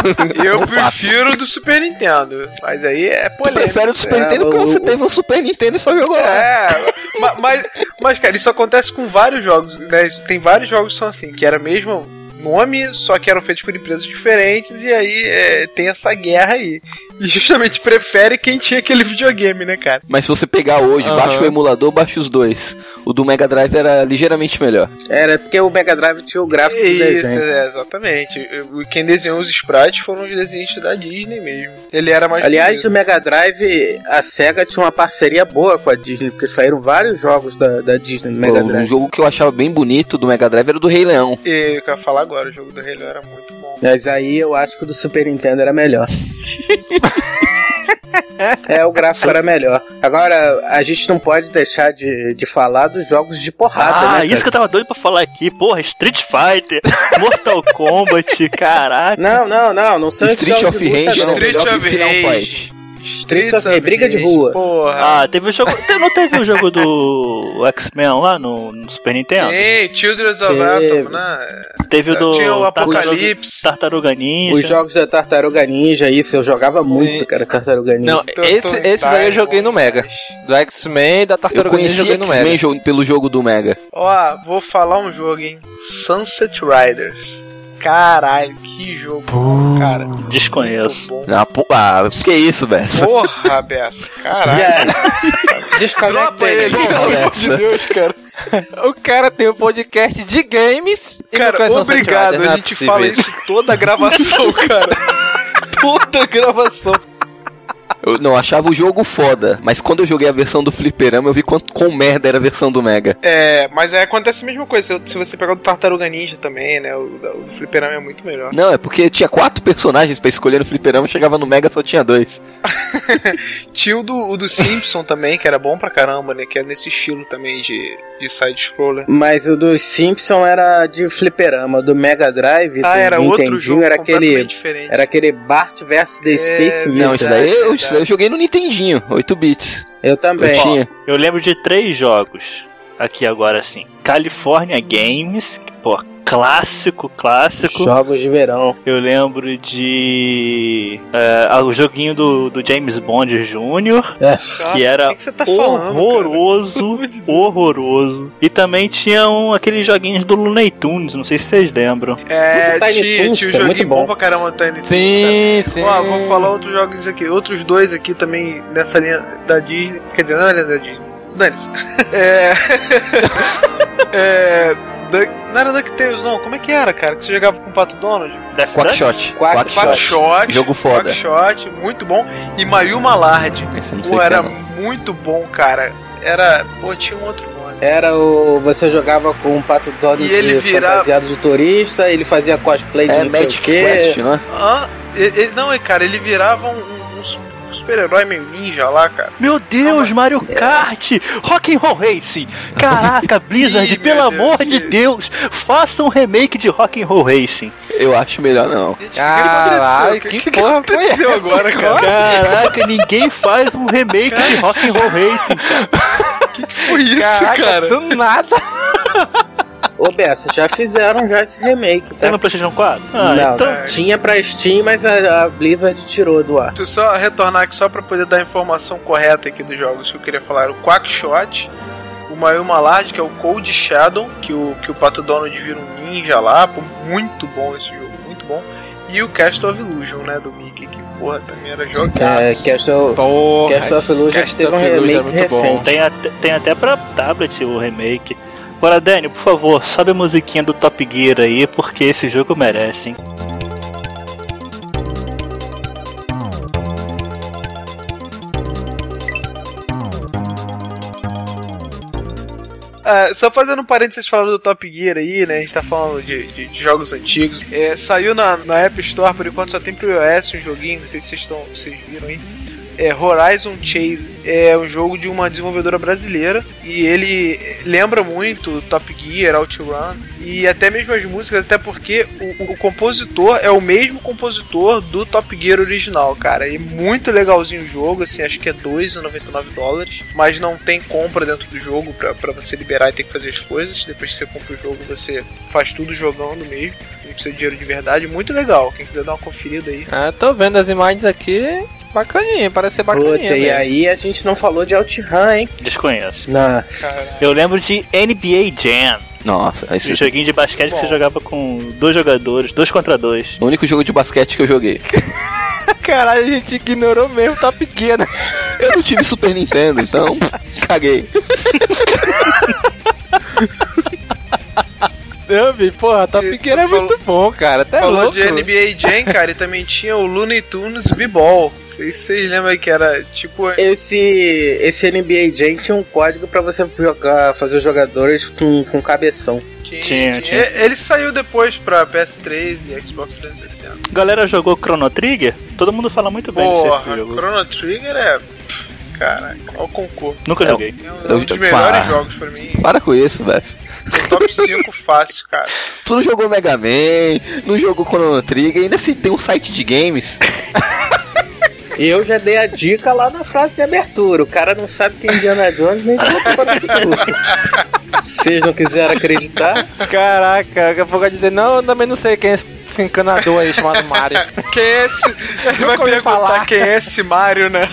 S6: Eu prefiro o do Super Nintendo, mas aí é
S4: Tu
S6: polêmica.
S4: prefere o Super
S5: É,
S4: Nintendo porque
S5: o-
S4: você teve um Super Nintendo e só jogou lá.
S6: É, ma- mas, mas, cara, isso acontece com vários jogos, né? Isso- Tem vários jogos que são assim, que era mesmo nome, só que eram feitos por empresas diferentes, e aí é, tem essa guerra aí. E justamente prefere quem tinha aquele videogame, né, cara?
S4: Mas se você pegar hoje, baixa o emulador, baixa os dois. O do Mega Drive era ligeiramente melhor.
S5: Era é porque o Mega Drive tinha o gráfico do
S6: Isso,
S5: desenho.
S6: é, exatamente. Eu- Quem desenhou os sprites foram os desenhistas da Disney mesmo. Ele era mais.
S5: Aliás,
S6: bonito.
S5: o Mega Drive, a SEGA tinha uma parceria boa com a Disney, porque saíram vários jogos da, da Disney no Mega
S4: Pô, um
S5: Drive.
S4: jogo que eu achava bem bonito do Mega Drive era o do Rei Leão.
S6: E o que eu ia falar agora, o jogo do Rei Leão era muito bom.
S5: Mas aí eu acho que o do Super Nintendo era melhor. é, o gráfico era melhor. Agora, a gente não pode deixar de, de falar dos jogos de porrada, né?
S7: Ah,
S5: cara?
S7: isso que eu tava doido pra falar aqui, porra, Street Fighter, Mortal Kombat, caraca.
S5: Não, não, não, não são esses
S4: Street
S5: jogos
S4: of
S5: de luta,
S4: Rage
S5: não.
S4: era
S6: Street
S4: melhor que
S6: of
S4: Final
S6: Rage.
S4: Fight.
S5: Streets of Rage, briga de rua.
S6: Porra.
S7: Ah, teve o jogo. te- Não teve o jogo do X-Men lá no, no Super Nintendo?
S5: é.
S6: Ei, Children's of
S5: Teve.
S6: Atom, né?
S7: Teve o do.
S6: Tinha o
S7: Tartaruga-
S6: Apocalipse.
S7: Tartaruga Ninja.
S5: Os jogos da Tartaruga Ninja, isso, eu jogava muito, cara, Tartaruga Ninja.
S2: Não, esse, esses aí eu joguei no Mega. Do X-Men e da
S4: Eu
S2: Tartaruga Ninja
S4: conheci
S2: eu joguei no Mega.
S4: X-Men jo- pelo jogo do Mega.
S6: Ó, vou falar um jogo, hein? Sunset Riders. Caralho, que jogo bom, cara.
S7: Desconheço.
S6: Muito bom.
S4: Ah, pô, ah, que isso, velho.
S6: Porra, Beça. Caralho.
S5: E aí? Desconecta
S6: Dropa ele.
S5: ele.
S4: Alexa.
S2: O cara tem um podcast de games. e não
S6: Cara,
S2: conhece o Sunset
S6: obrigado.
S2: Riders, não
S6: A
S2: é
S6: gente
S2: possível
S6: fala
S2: isso.
S6: isso toda a gravação, cara. Toda a gravação.
S4: Eu não achava o jogo foda, mas quando eu joguei a versão do Fliperama, eu vi quanto quão merda era a versão do Mega.
S6: É, mas é, acontece a mesma coisa. Se eu- Se você pegar o do Tartaruga Ninja também, né? O, da- o do Fliperama é muito melhor.
S4: Não, é porque tinha quatro personagens pra escolher no Fliperama, chegava no Mega só tinha dois.
S6: Tio do, o do Simpson também, que era bom pra caramba, né? Que é nesse estilo também de, de side-scroller.
S5: Mas o do Simpson era de fliperama, o do Mega Drive,
S6: Ah,
S5: do
S6: era outro
S5: Nintendinho,
S6: jogo
S5: era
S6: completamente
S5: aquele,
S6: diferente.
S5: era aquele Bart vs The
S6: É,
S5: Space né?
S4: Não, isso
S5: Meter.
S4: daí, eu,
S6: verdade.
S4: isso daí eu joguei no Nintendinho, 8 bits.
S5: Eu
S4: Eu
S5: também.
S4: tinha.
S7: Eu lembro de três jogos aqui agora sim. California Games, que, pô, clássico, clássico.
S5: Jogos de verão.
S7: Eu lembro de. é, ah, o joguinho do, do James Bond Jr.
S5: É.
S7: que era
S6: o que que você tá falando,
S7: horroroso, horroroso. E também tinha um, aqueles joguinhos do Looney Tunes, não sei se vocês lembram.
S6: cara? É,
S5: O Tiny
S6: tinha,
S5: Toons,
S6: tinha
S5: cara,
S6: um joguinho
S5: muito
S6: bom
S5: bom.
S6: pra caramba, o Tiny Toons, cara.
S2: Sim, sim.
S6: Ó, vou falar outros jogos aqui, outros dois aqui também nessa linha da Disney. Quer dizer, não é linha da Disney. Dane-se. É. é. Duck- Não era DuckTales, não. Como é que era, cara? Que você jogava com o Pato Donald?
S7: Death
S4: Quackshot.
S5: Quack-
S4: Quackshot.
S6: Quackshot.
S4: Jogo foda.
S6: Quackshot, muito bom. E Mayuma Malard.
S4: Esse eu não sei
S6: Pô,
S4: o que é,
S6: era
S4: não.
S6: muito bom, cara. Era. Pô, tinha um outro nome.
S5: era o. Você jogava com um pato Donald
S6: E ele
S5: de
S6: virava-
S5: fantasiado de turista, ele fazia cosplay de
S4: É
S5: não sei
S4: Magic
S5: o quê.
S4: Quest, não
S6: né?
S4: é?
S6: Hã? Ele, ele- não, é, cara, ele virava um, um- um su- um super-herói meio ninja lá, cara.
S7: Meu Deus, Mario Kart! Rock and Roll Racing! Caraca, Blizzard,
S6: Ih,
S7: pelo
S6: meu
S7: amor
S6: Deus,
S7: de
S6: sim.
S7: Deus, faça um remake de Rock and Roll Racing.
S4: Eu acho melhor não.
S6: Gente,
S2: Caralho, que porra foi
S6: aconteceu agora, cara?
S7: Caraca, ninguém faz um remake de Rock and Roll Racing.
S6: Foi isso,
S2: Caraca,
S6: cara.
S2: do nada.
S5: Ô, Bessa, já fizeram já esse remake,
S7: Tem
S5: tá?
S7: no PlayStation 4? Ah,
S5: não,
S7: então.
S5: não. tinha pra Steam, mas a, a Blizzard tirou do ar.
S6: Deixa eu só retornar aqui só pra poder dar a informação correta aqui dos jogos que eu queria falar. O Quackshot, o Mayuma Large, que é o Cold Shadow, que o, que o Pato Donald vira um ninja lá. Pô, muito bom esse jogo, muito bom. E o Cast of Illusion, né, do Mickey, que porra, também era
S5: É,
S6: jogaço.
S5: Cast of,
S2: Porra.
S5: Cast of Illusion
S2: Cast
S5: teve um
S2: of Illusion é
S5: remake
S2: muito bom.
S5: recente.
S7: Tem até, tem até pra tablet o remake. Agora, Daniel, por favor, sobe a musiquinha do Top Gear aí, porque esse jogo merece, hein?
S6: Ah, só fazendo um parênteses, vocês falaram do Top Gear aí, né? A gente tá falando de, de- de jogos antigos. É, saiu na, na App Store, por enquanto só tem pro iOS um joguinho, não sei se vocês, estão, vocês viram aí. É, Horizon Chase é um jogo de uma desenvolvedora brasileira e ele lembra muito Top Gear, Outrun e até mesmo as músicas, até porque o, o compositor é o mesmo compositor do Top Gear original, cara. E muito legalzinho o jogo, assim, acho que é 2,99 dólares, mas não tem compra dentro do jogo pra, pra você liberar e ter que fazer as coisas. Depois que você compra o jogo, você faz tudo jogando mesmo, não precisa de dinheiro de verdade. Muito legal, quem quiser dar uma conferida aí.
S2: Ah, tô vendo as imagens aqui. Bacaninha, parece ser bacaninha.
S5: Puta, e
S2: mesmo.
S5: aí a gente não falou de OutRun, hein?
S7: Desconheço.
S5: Não.
S7: Eu lembro de NBA Jam,
S4: Nossa, esse
S7: um joguinho de basquete que você jogava com dois jogadores, dois contra dois.
S4: é o único jogo de basquete que eu joguei.
S2: Caralho, a gente ignorou mesmo o Top Gear, né?
S4: Eu não tive Super Nintendo, então caguei.
S2: Não, vi, porra, Top
S6: E
S2: Gear é
S6: falou-
S2: muito bom, cara. Até
S6: Falou
S2: Tá louco.
S6: de NBA Jam, cara, e também tinha o Looney Tunes B-Ball. Não sei se vocês lembram que era tipo.
S5: Esse, esse NBA Jam tinha um código pra você jogar, fazer os jogadores com, com cabeção.
S6: Tinha,
S7: Tinha,
S6: tinha. E- Ele saiu depois pra PS3 e Xbox 360.
S7: Galera jogou Chrono Trigger? Todo mundo fala muito bem desse
S6: Porra,
S7: jogo.
S6: Chrono Trigger é. pff, Cara, olha o concurso.
S7: Nunca joguei.
S6: É um,
S4: Eu-
S6: um dos
S4: eu-
S6: melhores
S4: pá.
S6: jogos pra mim.
S4: Para com isso, velho.
S6: No top 5 fácil, cara.
S4: Tu não jogou Mega Man, não jogou Chrono Trigger, ainda se tem um site de games.
S5: E eu já dei a dica lá na frase de abertura. O cara não sabe quem é Indiana Jones nem volta para o futuro. Vocês não quiseram acreditar?
S2: Caraca, daqui a pouco eu dizer, não, eu também não sei quem é esse encanador aí chamado Mario.
S6: Quem é esse? Ele vai
S2: ouvi
S6: perguntar
S2: falar.
S6: quem é esse Mario, né?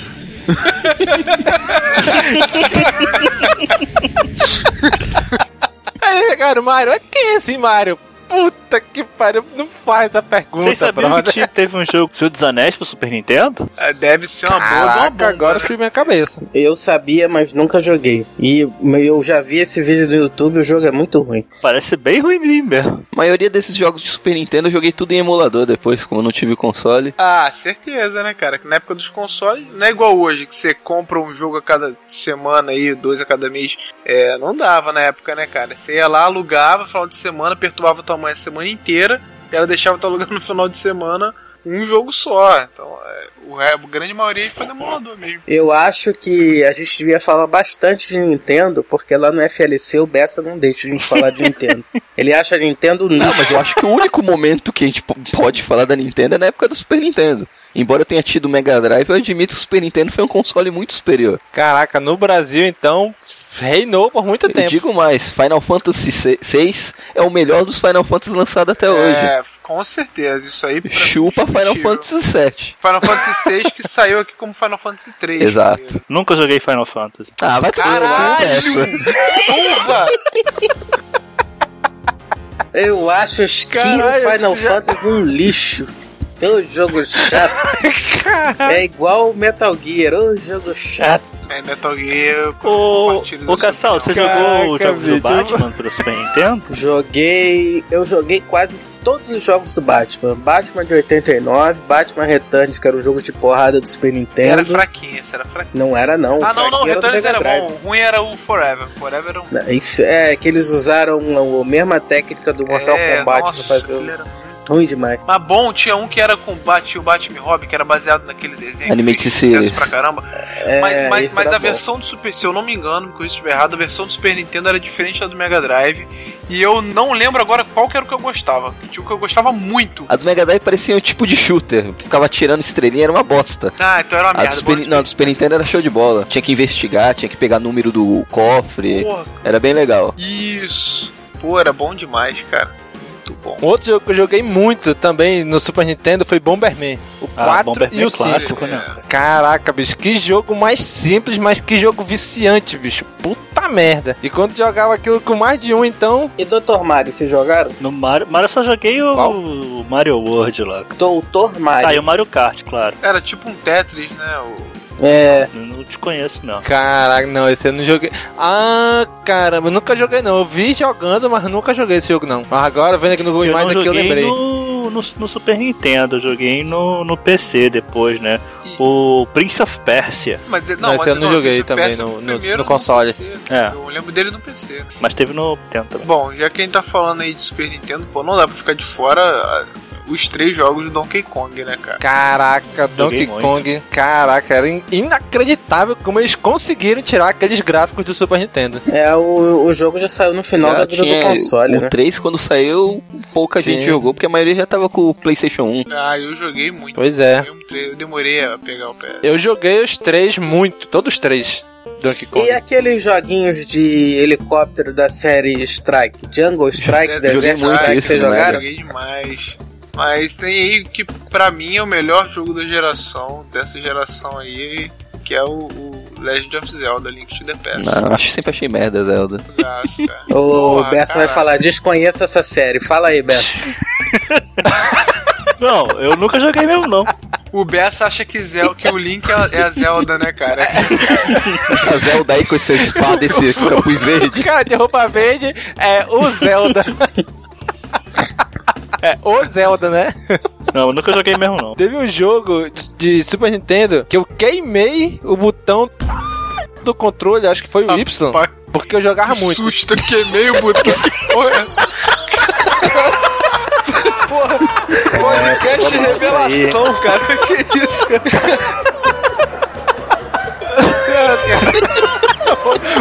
S2: Aí, cara, o Mario, é quem é esse Mario? Puta que pariu, não faz essa pergunta,
S7: Vocês sabiam
S2: brother.
S7: que tinha- teve um jogo Senhor dos Anéis pro Super Nintendo?
S6: Ah, Deve ser uma boa uma
S2: Caraca,
S6: bomba.
S2: agora
S6: né?
S2: fui minha cabeça.
S5: Eu sabia, mas nunca joguei. E eu já vi esse vídeo do YouTube, o jogo é muito ruim.
S7: Parece bem ruimzinho mesmo.
S4: A maioria desses jogos de Super Nintendo eu joguei tudo em emulador depois, como eu não tive console.
S6: Ah, certeza, né, cara? Que na época dos consoles não é igual hoje, que você compra um jogo a cada semana aí, dois a cada mês. É, não dava na época, né, cara? Você ia lá, alugava final de semana, perturbava tua mãe a semana inteira, e ela deixava tu alugando no final de semana um jogo só. Então, é, o, re- a grande maioria foi demolador mesmo.
S5: Eu acho que a gente devia falar bastante de Nintendo, porque lá no FLC o Bessa não deixa a gente falar de Nintendo. Ele acha a Nintendo
S4: Não,
S5: não.
S4: mas eu acho que o único momento que a gente po- pode falar da Nintendo é na época do Super Nintendo. Embora eu tenha tido o Mega Drive, eu admito que o Super Nintendo foi um console muito superior.
S2: Caraca, no Brasil, então, reinou por muito
S4: Eu
S2: tempo.
S4: digo mais, Final Fantasy VI é o melhor dos Final Fantasy lançado até hoje.
S6: É, com certeza, isso aí. pra mim é
S4: Chupa Final
S6: indiscutível.
S4: Fantasy VII.
S6: Final Fantasy VI que saiu aqui como Final Fantasy III.
S4: Exato.
S7: Nunca joguei Final Fantasy.
S4: Ah, vai tomar no cu dessa.
S6: Porra!
S5: Eu acho os 15
S2: Caralho,
S5: Final
S2: já-
S5: Fantasy um lixo. Ô, jogo chato. é igual o Metal Gear. Ô, jogo chato.
S6: É Metal Gear. eu
S7: Ô,
S6: compartilho
S7: ô
S6: dessa
S7: Cassal, você jogou o jogo do Batman pro Super Nintendo?
S5: Joguei. Eu joguei quase todos os jogos do Batman. Batman de 89, Batman Returns, que era um jogo de porrada do Super Nintendo.
S6: Era fraquinho, esse era fraquinho.
S5: Não era, não.
S6: Ah,
S5: Isso
S6: não, não,
S5: aqui do
S6: Returns
S5: Mega
S6: era
S5: Drive.
S6: bom. O ruim era o Forever. Forever era um.
S5: Isso é que eles usaram a a mesma técnica do Mortal
S6: É,
S5: Kombat
S6: nossa,
S5: pra fazer
S6: ele
S5: o...
S6: era-
S5: ruim demais.
S6: Mas bom, tinha um que era com o Bat, o Batman e Robin, que era baseado naquele desenho.
S4: Anime
S6: que fez
S4: de
S6: sucesso
S4: series.
S6: pra caramba.
S5: É,
S6: mas mas,
S5: esse
S6: mas
S5: era
S6: a
S5: bom.
S6: versão do Super, se eu não me engano, me corrija se estiver errado, a versão do Super Nintendo era diferente da do Mega Drive. E eu não lembro agora qual que era o que eu gostava. Tinha o que eu gostava muito.
S4: A do Mega Drive parecia um tipo de shooter. Tu ficava tirando estrelinha, era uma bosta.
S6: Ah, então era uma
S4: A do
S6: merda.
S4: Super,
S6: bora-
S4: não, a do Super Nintendo era show de bola. Tinha que investigar, tinha que pegar número do cofre.
S6: Porra,
S4: Era bem legal.
S6: isso. Pô, era bom demais, cara. Muito bom.
S2: Um outro jogo que eu joguei muito também no Super Nintendo foi Bomberman. O 4
S7: Bomberman
S2: e o
S7: é
S2: 5.
S7: clássico, né?
S2: Caraca, bicho, que jogo mais simples, mas que jogo viciante, bicho. Puta merda. E quando jogava aquilo com mais de um, então.
S5: E Dr. Mario, vocês jogaram?
S7: No Mario, Mario eu só joguei o
S2: Qual?
S7: o Mario World lá. cara.
S5: Doutor
S7: Ah, e
S5: Mario.
S7: o Mario Kart, claro.
S6: Era tipo um Tetris, né? O...
S5: É,
S7: Eu Não te conheço, não.
S2: Caraca, não, esse eu não joguei. Ah, caramba, eu nunca joguei não. Eu vi jogando, mas nunca joguei esse jogo não. Mas agora, vendo aqui no Google
S7: eu
S2: Imagens
S7: não
S2: aqui, eu
S7: joguei
S2: lembrei.
S7: no, no, no Super Nintendo, eu joguei no, no PC depois, né?
S6: E-
S7: O Prince of Persia,
S6: Mas, não,
S2: Não, esse
S6: mas
S2: eu não joguei
S6: esse
S2: também
S6: PS
S2: no-
S6: foi
S2: no-
S6: primeiro
S2: no console.
S6: PC.
S7: É.
S6: Eu lembro dele no PC.
S7: mas teve no Nintendo também.
S6: Bom, já que a gente tá falando aí de Super Nintendo, pô, não dá pra ficar de fora ah, os três jogos do Donkey Kong, né, cara?
S2: Caraca, Donkey
S7: muito.
S2: Kong. Caraca, era in- inacreditável como eles conseguiram tirar aqueles gráficos do Super Nintendo.
S5: é o, o jogo já saiu no final
S4: Já
S5: da vida do
S4: tinha
S5: console,
S4: o
S5: né?
S4: 3 quando saiu, pouca
S2: Sim.
S4: gente jogou, porque a maioria já tava com o Playstation 1.
S6: Ah, eu joguei muito.
S2: Pois é.
S6: Eu, tre- eu demorei a pegar o pé.
S2: Eu joguei os três muito, todos os três. Donkey Kong.
S5: E aqueles joguinhos de helicóptero da série Strike? Jungle Strike,
S6: Desert
S5: Desert
S4: muito
S5: Strike,
S4: isso,
S5: vocês
S4: né,
S6: Eu
S5: jogaram?
S6: joguei demais. Mas tem aí o que pra mim é o melhor jogo da geração, dessa geração aí, que é o, o Legend of Zelda, Link to the Past.
S4: Não, Ah, acho, sempre achei merda, Zelda.
S6: Graças, cara.
S5: O
S6: Porra,
S5: Bessa vai
S6: caralho.
S5: falar, desconheço essa série. Fala aí, Bessa.
S7: Não, eu nunca joguei mesmo, não.
S6: O Bessa acha que, Zel, que o Link é a- é a Zelda, né, cara?
S4: Essa Zelda aí com essa espada, esse capuz verde.
S2: Cara de roupa verde é o Zelda. É o Zelda, né?
S7: Não, eu nunca joguei mesmo, não.
S2: Teve um jogo de- de Super Nintendo que eu queimei o botão do controle, acho que foi o Y,
S6: Pai,
S2: porque eu jogava
S6: que
S2: muito.
S6: susto, queimei o botão. Que porra.
S2: Podcast revelação, cara. Que isso?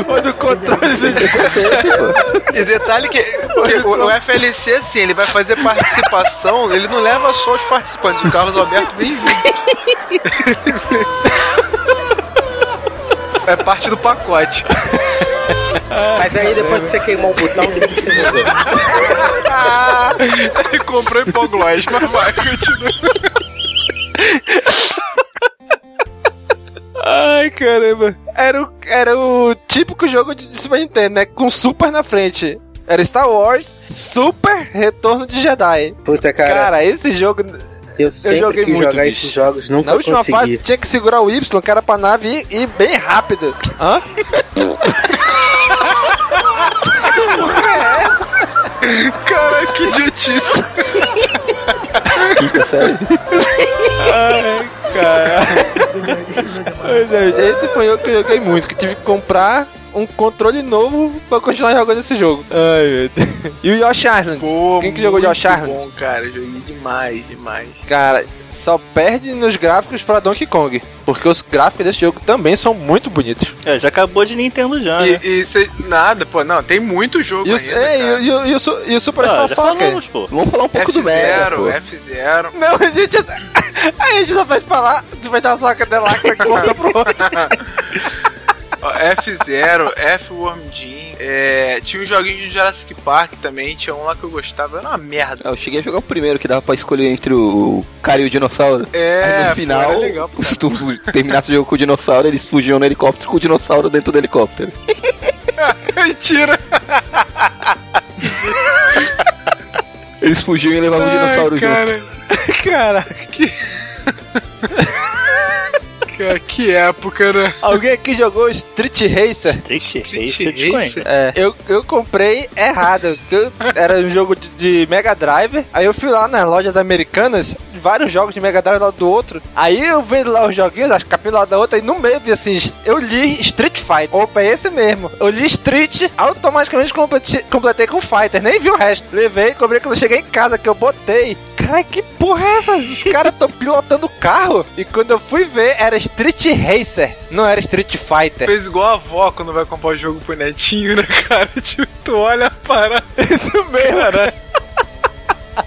S2: Olha o controle do
S6: E detalhe que, que o, o FLC, assim, ele vai fazer participação, ele não leva só os participantes, o Carlos Alberto vem junto. É parte do pacote.
S5: Mas aí depois que você queimou o um botão, o que que você jogou?
S6: Ele comprou hipoglós, mas vai, continua.
S2: Ai, caramba. Era o, era o típico jogo de de Super Nintendo, né? Com Super na frente. Era Star Wars Super Retorno de Jedi.
S5: Puta,
S2: Cara,
S5: cara,
S2: esse jogo,
S5: eu sempre
S2: joguei
S5: quis
S2: muito,
S5: jogar
S2: bicho.
S5: esses jogos, nunca
S2: na última
S5: consegui.
S2: fase, tinha que segurar o Y, cara, pra nave ir, ir bem rápido. Hã?
S6: Cara, que idiotice.
S4: Quinta série.
S2: Ai, Deus, é, Esse foi o que eu joguei muito, que tive que comprar um controle novo pra continuar jogando esse jogo. Ai, meu Deus. E o Yoshi Island?
S6: Pô,
S2: Quem que jogou de
S6: muito
S2: Charles?
S6: bom, cara, joguei demais, demais.
S2: Cara, só perde nos gráficos pra Donkey Kong, porque os gráficos desse jogo também são muito bonitos.
S7: É, já acabou de Nintendo já, né?
S6: E, e cê- nada, pô, não, tem muito jogo
S2: Ah, é? E o,
S6: ainda,
S2: é, e
S6: cara.
S2: o- e o- e o Su- e o Super
S7: Ah,
S2: Star
S7: já
S2: Soccer?
S7: falamos, pô.
S4: Vamos falar um pouco do Mega, pô.
S6: F0, F0.
S2: Não, a gente, a gente só vai falar do Super Star Soccer Deluxe aqui, conta pro outro.
S6: Ó, F0, F-Worm Jean, é, tinha um joguinho de Jurassic Park também, tinha um lá que eu gostava, era uma merda.
S4: Ah, eu cheguei a jogar o primeiro, que dava pra escolher entre o cara e o dinossauro.
S6: É,
S4: Aí no final,
S6: pô, era legal, pô.
S4: se tu fu- terminasse o jogo com o dinossauro, eles fugiam no helicóptero com o dinossauro dentro do helicóptero.
S6: Mentira!
S4: Eles fugiam e levavam o dinossauro junto.
S6: Caraca, que. Cara, que época, né?
S2: Alguém aqui jogou Street Racer?
S7: Triste,
S6: Street
S7: Racer de conhece.
S6: Racer?
S2: É, eu, eu comprei errado. que eu- era um jogo de, de Mega Drive. Aí eu fui lá nas lojas americanas, vários jogos de Mega Drive lá do outro. Aí eu vendo lá os joguinhos, as capítulas lá da outra, e no meio vi assim, eu li Street Fighter. Opa, é esse mesmo. Eu li Street, automaticamente completi- completei com Fighter, nem vi o resto. Levei, comprei quando eu cheguei em casa, que eu botei. Cara, que porra é essa? Os caras estão pilotando carro. E quando eu fui ver, era Street Racer, não era Street Fighter.
S6: Fez é igual a avó quando vai comprar o jogo pro netinho, né, cara? Tipo, tu olha para.
S2: Isso mesmo, cara.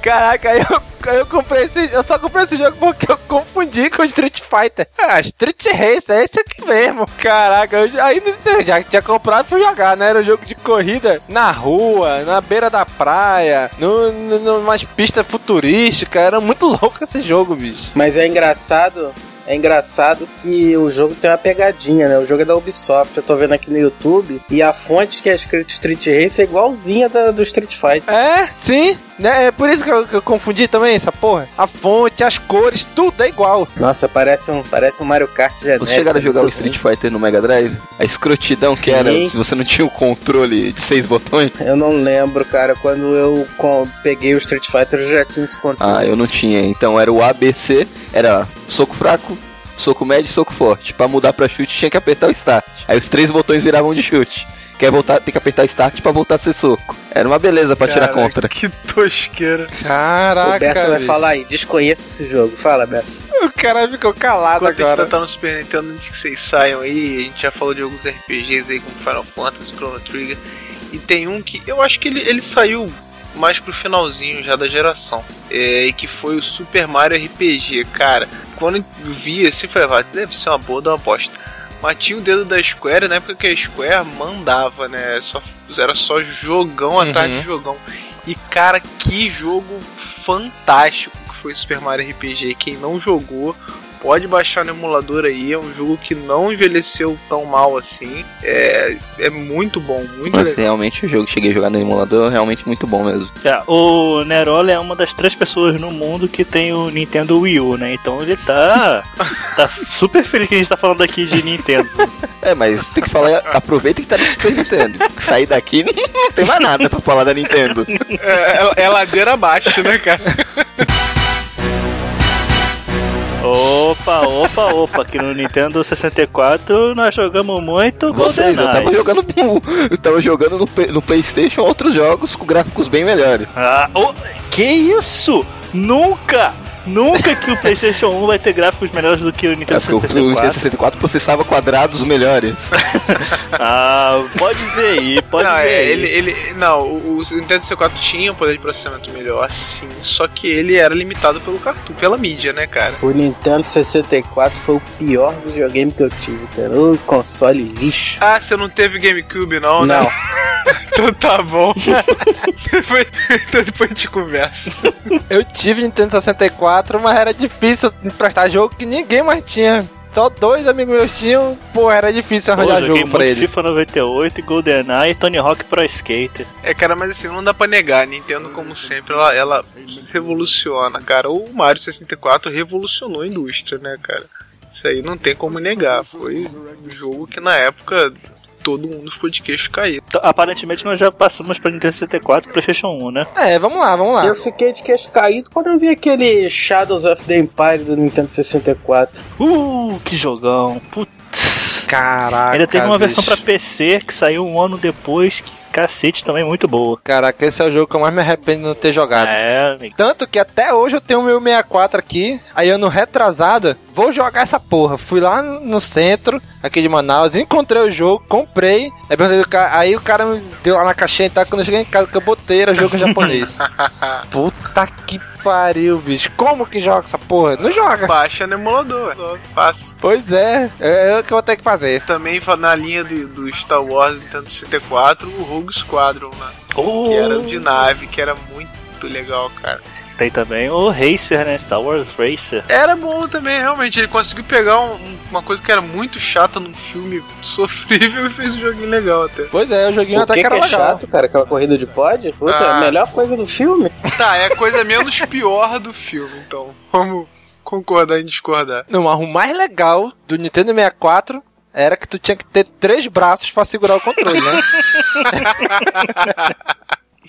S2: Caraca, aí eu, aí eu comprei esse. Eu só comprei esse jogo porque eu confundi com Street Fighter. Ah, Street Racer, é esse aqui mesmo. Caraca, eu, já- aí não sei, já tinha comprado e fui jogar, né? Era um jogo de corrida na rua, na beira da praia, no, no, numas pistas futurísticas. Era muito louco esse jogo, bicho.
S5: Mas é engraçado, é engraçado que o jogo tem uma pegadinha, né? O jogo é da Ubisoft, eu tô vendo aqui no YouTube, e a fonte que é escrito Street Race é igualzinha da, do Street Fighter.
S2: É, sim, né? É por isso que eu, que eu confundi também essa porra. A fonte, as cores, tudo é igual.
S5: Nossa, parece um, parece um Mario Kart genérico. né?
S4: Vocês chegaram a jogar o
S5: Muito
S4: Street
S5: ruim.
S4: Fighter no Mega Drive? A escrotidão que
S5: É, Sim.
S4: era se você não tinha o controle de seis botões.
S5: Eu não lembro, cara. Quando eu com- peguei o Street Fighter, eu já tinha esse controle.
S4: Ah, eu não tinha. Então era o ABC, era soco fraco, soco médio e soco forte. Pra mudar pra chute tinha que apertar o start. Aí os três botões viravam de chute. Quer voltar, tem que apertar start pra voltar a ser soco. Era uma beleza pra tirar
S6: Caraca,
S4: contra.
S6: Que tosqueira.
S2: Caraca,
S5: o Bessa vai
S2: bicho.
S5: falar aí, desconheça esse jogo. Fala, Bessa.
S2: O cara ficou calado
S6: Enquanto a
S2: agora.
S6: gente tá no Super Nintendo, antes que vocês saiam aí, a gente já falou de alguns RPGs aí, como Final Fantasy, Chrono Trigger. E tem um que eu acho que ele, ele saiu mais pro finalzinho já da geração. É, e que foi o Super Mario RPG, cara. Quando eu vi assim, eu falei, "Vai, deve ser uma boa de uma bosta. Mas tinha o dedo da Square, na época que a Square mandava, né? Só, era só jogão atrás de jogão. E cara, que jogo fantástico que foi Super Mario RPG. Quem não jogou, pode baixar no emulador aí. É um jogo que não envelheceu tão mal assim. É, é muito bom, muito
S4: Mas
S6: legal.
S4: realmente o jogo que cheguei a jogar no emulador realmente muito bom mesmo.
S7: É, o Nerola é uma das três pessoas no mundo que tem o Nintendo Wii U, né? Então ele tá. tá super feliz que a gente tá falando aqui de Nintendo.
S4: É, mas tem que falar, aproveita que tá no Super Nintendo. Sair daqui não tem mais nada pra falar da Nintendo.
S6: É, é, é ladeira abaixo, né, cara?
S7: Opa, opa, opa, aqui no Nintendo 64 nós jogamos muito
S4: Vocês, eu tava
S7: GoldenEye.
S4: jogando no, eu tava jogando no, Play- no PlayStation outros jogos com gráficos bem melhores.
S7: Ah, ô, que isso? Nunca! Nunca que o PlayStation 1 vai ter gráficos melhores do que o
S4: É
S7: Nintendo
S4: porque o
S7: 64.
S4: Nintendo 64 processava quadrados melhores.
S7: Ah, pode ver aí, pode
S6: não,
S7: ver.
S6: é,
S7: aí.
S6: ele, ele, não, o, o Nintendo C4 tinha um poder de processamento melhor, sim. Só que ele era limitado pelo cartu, pela mídia, né, cara?
S5: O Nintendo 64 foi o pior videogame que eu tive, cara. O console lixo.
S6: Ah, você não teve GameCube, não, né?
S5: Não,
S6: Então tá bom. depois, então depois a gente conversa.
S2: Eu tive Nintendo 64, mas era difícil emprestar jogo que ninguém mais tinha. Só dois amigos meus tinham, pô, era difícil
S7: Pô,
S2: arranjar
S7: joguei
S2: jogo pra
S7: muito
S2: ele.
S7: FIFA 98, GoldenEye e Tony Hawk Pro Skater.
S6: É, cara, mas assim, não dá pra negar. A Nintendo, como sempre, ela, ela revoluciona, cara. O Mario 64 revolucionou a indústria, né, cara? Isso aí não tem como negar. Foi um jogo que na época todo mundo ficou de queixo caído.
S7: Então, Aparentemente nós já passamos pra Nintendo 64 e PlayStation 1, né?
S2: É, vamos lá, vamos lá.
S5: eu fiquei de queixo caído quando eu vi aquele Shadows of the Empire do Nintendo 64.
S7: Uh, que jogão. Putz.
S2: Caraca.
S7: Ainda teve uma
S2: bicho.
S7: versão pra PC que saiu um ano depois, que cacete também muito boa.
S2: Caraca, esse é o jogo que eu mais me arrependo de não ter jogado.
S7: É, amigo.
S2: Tanto que até hoje eu tenho o meu 64 aqui, aí ano retrasado, vou jogar essa porra. Fui lá no centro, aqui de Manaus, encontrei o jogo, comprei, aí, perguntei do cara- aí o cara me deu lá na caixinha e tal, quando eu cheguei em casa que eu botei, era jogo japonês. Puta que pariu, bicho. Como que joga essa porra? Não joga.
S6: Baixa no emulador, é fácil.
S2: Pois é, é, é o que eu vou ter que fazer.
S6: Também fa- na linha do, do Star Wars Nintendo 64, o Rogue Squadron, né?
S7: Oh,
S6: Que era o de nave, que era muito legal, cara.
S7: Tem também o Racer, né? Star Wars Racer.
S6: Era bom também, realmente. Ele conseguiu pegar um- um- uma coisa que era muito chata num filme sofrível e fez um joguinho legal até.
S2: Pois é, o joguinho
S5: O
S2: até
S5: que,
S2: que
S5: que
S2: era
S5: é
S2: legal.
S5: chato, cara? Aquela corrida de pod? Puta, é
S6: Ah.
S5: a melhor coisa do filme.
S6: Tá, é a coisa menos pior do filme, então. Vamos concordar em discordar.
S2: Não, mas o mais legal do Nintendo 64 era que tu tinha que ter três braços pra segurar o controle, né?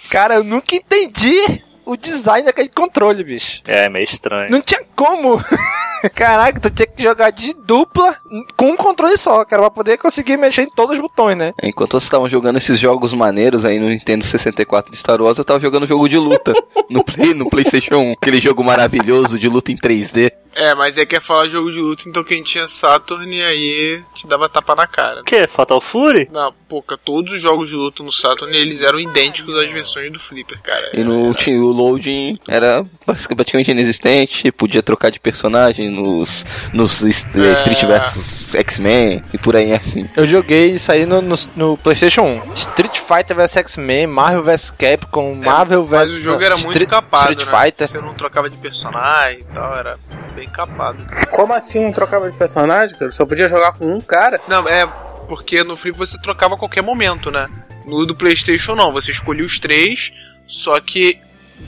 S2: Cara, eu nunca entendi o design daquele controle, bicho.
S7: É, meio estranho.
S2: Não tinha como. Caraca, tu tinha que jogar de dupla com um controle só, cara, pra poder conseguir mexer em todos os botões, né?
S4: Enquanto vocês estavam jogando esses jogos maneiros aí no Nintendo 64 de Star Wars, eu tava jogando um jogo de luta no, Play, no PlayStation 1. Aquele jogo maravilhoso de luta em 3D.
S6: É, mas é que é falar jogo de luta, então quem tinha Saturn e aí te dava tapa na cara.
S7: O quê? é Fatal Fury?
S6: Na pouca, todos os jogos de luta no Saturn, eles eram idênticos às versões do Flipper, cara.
S4: E no, tinha, o loading era praticamente inexistente, podia trocar de personagem nos, nos est- eh,
S6: É.
S4: Street vs X-Men e por aí assim.
S2: Eu joguei isso aí no, no, no PlayStation 1. Street Fighter vs X-Men, Marvel vs Capcom, Marvel vs.
S6: É, Mas o jogo era muito
S2: Street-
S6: capado,
S2: Street
S6: né?
S2: Fighter.
S6: Você não trocava de personagem e tal, era bem capado.
S5: Como assim não trocava de personagem, cara? Só podia jogar com um cara?
S6: Não, é porque no Flip você trocava a qualquer momento, né? No do PlayStation não, você escolhia os três, só que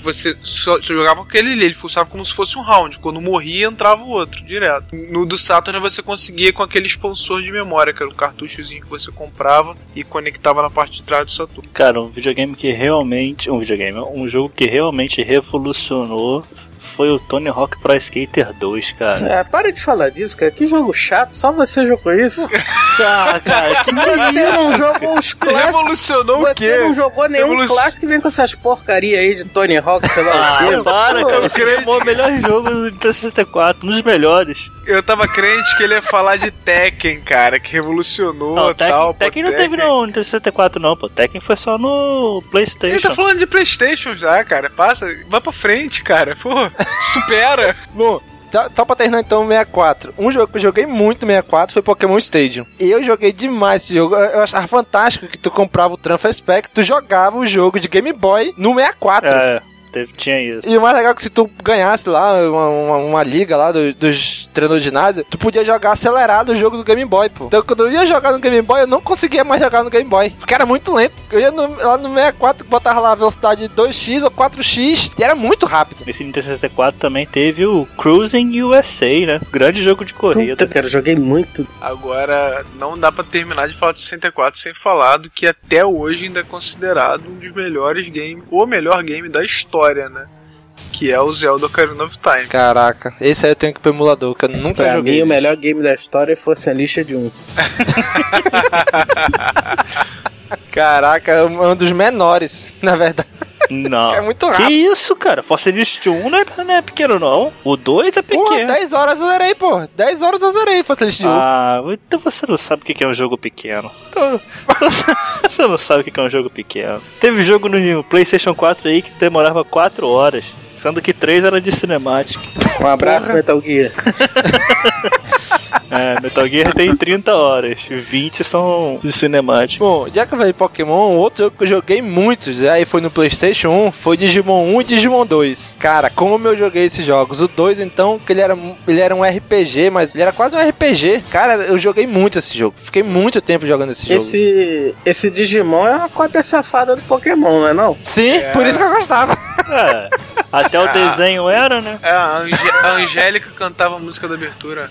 S6: você só, só jogava com aquele ali, ele funcionava como se fosse um round. Quando morria, entrava o outro, direto. No do Saturn você conseguia com aquele expansor de memória, que era um cartuchozinho que você comprava e conectava na parte de trás do Saturn.
S7: Cara, um videogame que realmente. Um videogame. Um jogo que realmente revolucionou foi o Tony Hawk Pro Skater 2, cara.
S5: É, para de falar disso, cara. Que jogo chato. Só você jogou isso.
S7: Ah, cara, que
S5: Você não jogou os clássicos.
S6: Revolucionou o
S5: Você
S6: quê?
S5: não jogou nenhum
S6: Revolu-
S5: clássico que vem com essas porcaria aí de Tony Hawk, sei lá o
S7: Ah,
S5: quê.
S7: para, cara.
S5: Pô,
S7: Você chamou o melhor jogo do Nintendo 64, um dos melhores.
S6: Eu tava crente que ele ia falar de Tekken, cara, que revolucionou
S7: Não, Tekken,
S6: tal. pô,
S7: Tekken não teve no Nintendo 64 não, pô. Tekken foi só no
S6: Ele tá
S7: Playstation.
S6: falando de Playstation já, cara. Passa, vai pra frente, cara. Pô, supera.
S2: Bom, só, só pra terminar então o 64. Um jogo que eu joguei muito 64 foi Pokémon Stadium. Eu joguei demais esse jogo. Eu- Eu achava fantástico que tu comprava o Transfer Spec, tu jogava o jogo de Game Boy no 64.
S7: É, teve, tinha isso.
S2: E o mais legal é que se tu ganhasse lá uma, uma, uma liga lá do- dos treinos de ginásio, tu podia jogar acelerado o jogo do Game Boy, pô. Então quando eu ia jogar no Game Boy, eu não conseguia mais jogar no Game Boy. Porque era muito lento. Eu ia no- lá no 64, botava lá a velocidade 2x ou 4x e era muito rápido.
S7: Nesse Nintendo 64 também teve o Cruising USA, né? Grande jogo de corrida.
S5: Puta, cara, eu joguei muito.
S6: Agora, não dá pra terminar de falar de 64 sem falar do que até hoje ainda é considerado um dos melhores games, o melhor game da história, né? Que é o Zelda Ocarina of Time.
S2: Caraca, esse aí eu tenho que ir pro emulador, que eu nunca
S5: Pra
S2: joguei.
S5: mim, o melhor game da história foi a lista de um.
S2: Caraca, é um é um dos menores, na verdade.
S7: Não.
S2: É muito
S7: Que
S2: rápido.
S7: isso, cara? Force Elite 1 não é, não é pequeno, não. O 2 é
S2: Pô,
S7: pequeno.
S2: 10 horas eu zerei, pô. 10 horas eu zerei, um. Fatalist 1.
S7: Ah, então você não sabe o que que é um jogo pequeno. Então, você- você não sabe o que que é um jogo pequeno. Teve jogo no PlayStation 4 aí que demorava 4 horas, sendo que 3 era de cinemática.
S5: Um abraço, Metal Gear.
S7: É, Metal Gear tem 30 horas, 20 são de cinemática.
S2: Bom, já que eu falei Pokémon, um outro jogo que eu joguei muitos, aí foi no PlayStation 1, foi Digimon 1 e Digimon 2. Cara, como eu joguei esses jogos? O 2, então, que ele era, um- ele era um RPG, mas ele era quase um RPG. Cara, eu joguei muito esse jogo. Fiquei muito tempo jogando esse jogo.
S5: Esse, esse Digimon é uma cópia safada do Pokémon, não é não?
S2: Sim, por isso que eu gostava.
S7: É, até o desenho era, né?
S6: É, a, Ange- a Angélica cantava a música da abertura.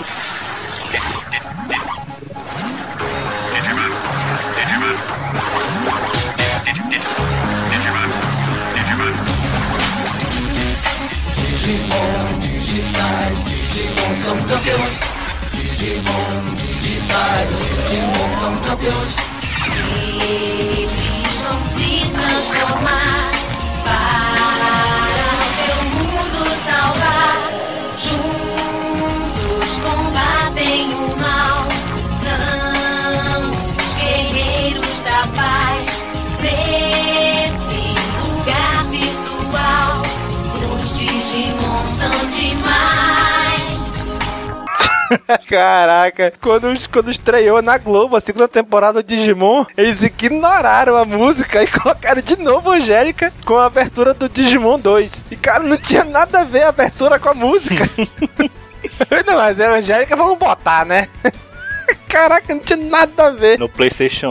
S2: Caraca, quando, quando estreou na Globo a segunda temporada do Digimon, eles ignoraram a música e colocaram de novo Angélica com a abertura do Digimon 2. E cara, não tinha nada a ver a abertura com a música. não, mas a Angélica vamos botar, né? Caraca, não tinha nada a ver.
S7: No PlayStation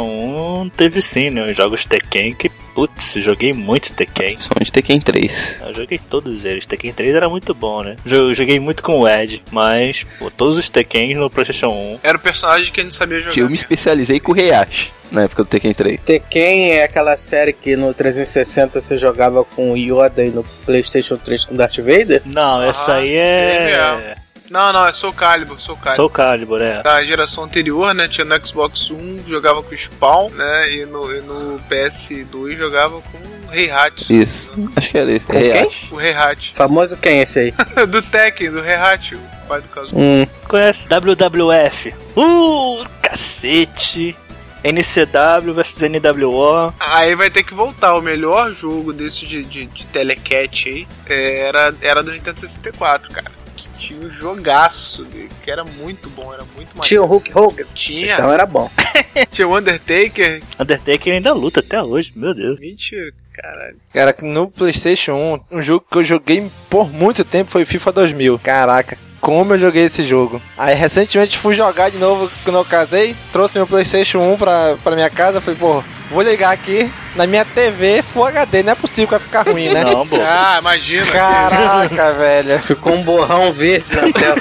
S7: 1 teve sim, né? Os jogos Tekken que, putz, joguei muito Tekken.
S4: Somente Tekken 3.
S7: Eu joguei todos eles. Tekken 3 era muito bom, né? Jo- Eu joguei muito com o Ed, mas pô, todos os Tekken no PlayStation 1.
S6: Era o personagem que a gente sabia jogar.
S4: Eu me especializei com o Heihachi na época do Tekken 3.
S5: Tekken é aquela série que no 360 você jogava com o Yoda e no PlayStation 3 com Darth Vader?
S7: Não, essa aí é.
S6: Não, não, é Soul Calibur, Soul Calibur.
S7: Soul Calibur, é.
S6: Da geração anterior, né? Tinha no Xbox 1, jogava com o Spawn, né? E no, e no PS2 jogava com o Rei Hat.
S4: Isso. Acho que era isso.
S5: quem?
S4: Heihachi.
S6: O Rei Hat.
S5: Famoso quem é esse aí?
S6: do Tekken, do Rei Hat, o pai do caso.
S5: Hum,
S7: Conhece WWF? Uh, cacete! NCW versus NWO.
S6: Aí vai ter que voltar. O melhor jogo desse de, de, de telecat aí é, era, era do Nintendo 64, cara. Que tinha um jogaço, né, que era muito bom, era muito maneiro.
S5: tinha o Hulk Hogan.
S6: Tinha,
S5: Então era bom.
S6: tinha o Undertaker.
S7: Undertaker ainda luta até hoje, meu Deus.
S6: Mentira, caralho.
S2: Cara, que no PlayStation 1, um jogo que eu joguei por muito tempo foi FIFA 2000. Caraca, como eu joguei esse jogo. Aí recentemente fui jogar de novo quando eu casei, trouxe meu PlayStation 1 pra, pra minha casa. Falei, pô, vou ligar aqui na minha TV Full HD, não é possível que vai ficar ruim, né?
S7: Não, pô.
S6: Ah, imagina.
S2: Caraca, velho.
S5: Ficou um borrão verde na tela.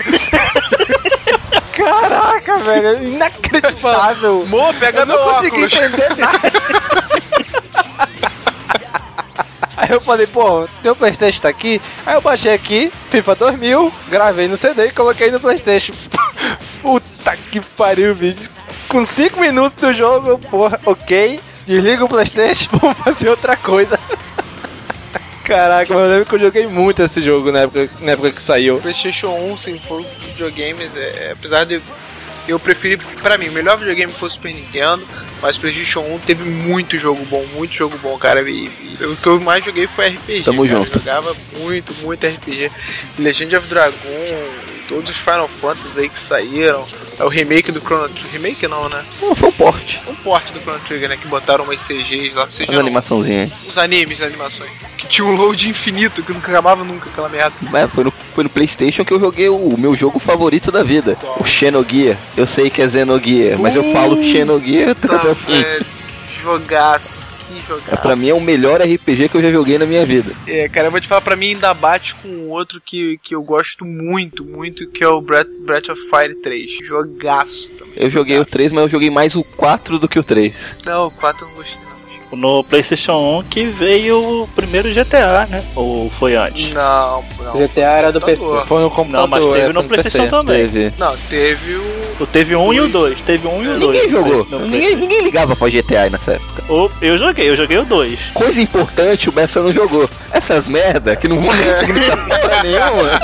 S2: Caraca, velho. Inacreditável.
S6: Mô, pega
S2: Eu
S6: meu
S2: não consegui
S6: óculos.
S2: entender nada. Aí eu falei, pô, teu Playstation tá aqui? Aí eu baixei aqui, FIFA 2000, gravei no CD e coloquei no Playstation. Puta que pariu, bicho. Com 5 minutos do jogo, porra, ok. Desliga o Playstation, vou fazer outra coisa. Caraca, mas eu lembro que eu joguei muito esse jogo na época, na época que saiu.
S6: O PlayStation 1, se for videogames, é, é- apesar de. Eu preferi, pra mim, o melhor videogame foi o Super Nintendo, mas o PlayStation 1 teve muito jogo bom, muito jogo bom, cara. E, e o que eu mais joguei foi RPG.
S4: Tamo
S6: cara.
S4: junto.
S6: Eu jogava muito, muito RPG. Legend of Dragon, todos os Final Fantasy aí que saíram. É o remake do Chrono Trigger. Remake não, né?
S4: Não, foi um porte.
S6: Um porte do Chrono Trigger, né? Que botaram umas CGs lá, CG
S4: Uma
S6: não,
S4: animaçãozinha. hein?
S6: os animes, as animações. Que tinha um load infinito, que nunca acabava nunca aquela merda.
S4: É, foi no, foi no Playstation que eu joguei o, o meu jogo favorito da vida. O Xenogear. Eu sei que é Xenogear, mas eu falo Xenogear tanto
S6: Puta,
S4: assim.
S6: velho, jogaço, que jogaço.
S4: É, pra mim é o melhor RPG que eu já joguei na minha vida.
S6: É, cara, eu vou te falar, pra mim ainda bate com um outro que, que eu gosto muito, muito, que é o Breath, Breath of Fire 3. Jogaço também.
S4: Eu joguei o 3, mas eu joguei mais o 4 do que o 3.
S6: Não, o 4 eu não gostei. não.
S7: No PlayStation 1 que veio o primeiro GTA, né? Ou foi antes?
S6: Não, não.
S5: GTA era do PC.
S2: Foi
S7: Não,
S2: no computador.
S7: mas
S2: é,
S7: teve
S2: foi
S7: no PlayStation também.
S4: Teve.
S6: Não, teve o.
S7: Tu Teve um e o dois. Teve um e o dois.
S4: Ninguém
S7: no
S4: jogou.
S7: Play- no
S4: Ninguém,
S7: Play-
S4: ninguém ligava pra GTA aí nessa época.
S7: O- Eu joguei, eu joguei o dois.
S4: Coisa importante, o Bessa não jogou. Essas merda que não vão significar porra nenhuma.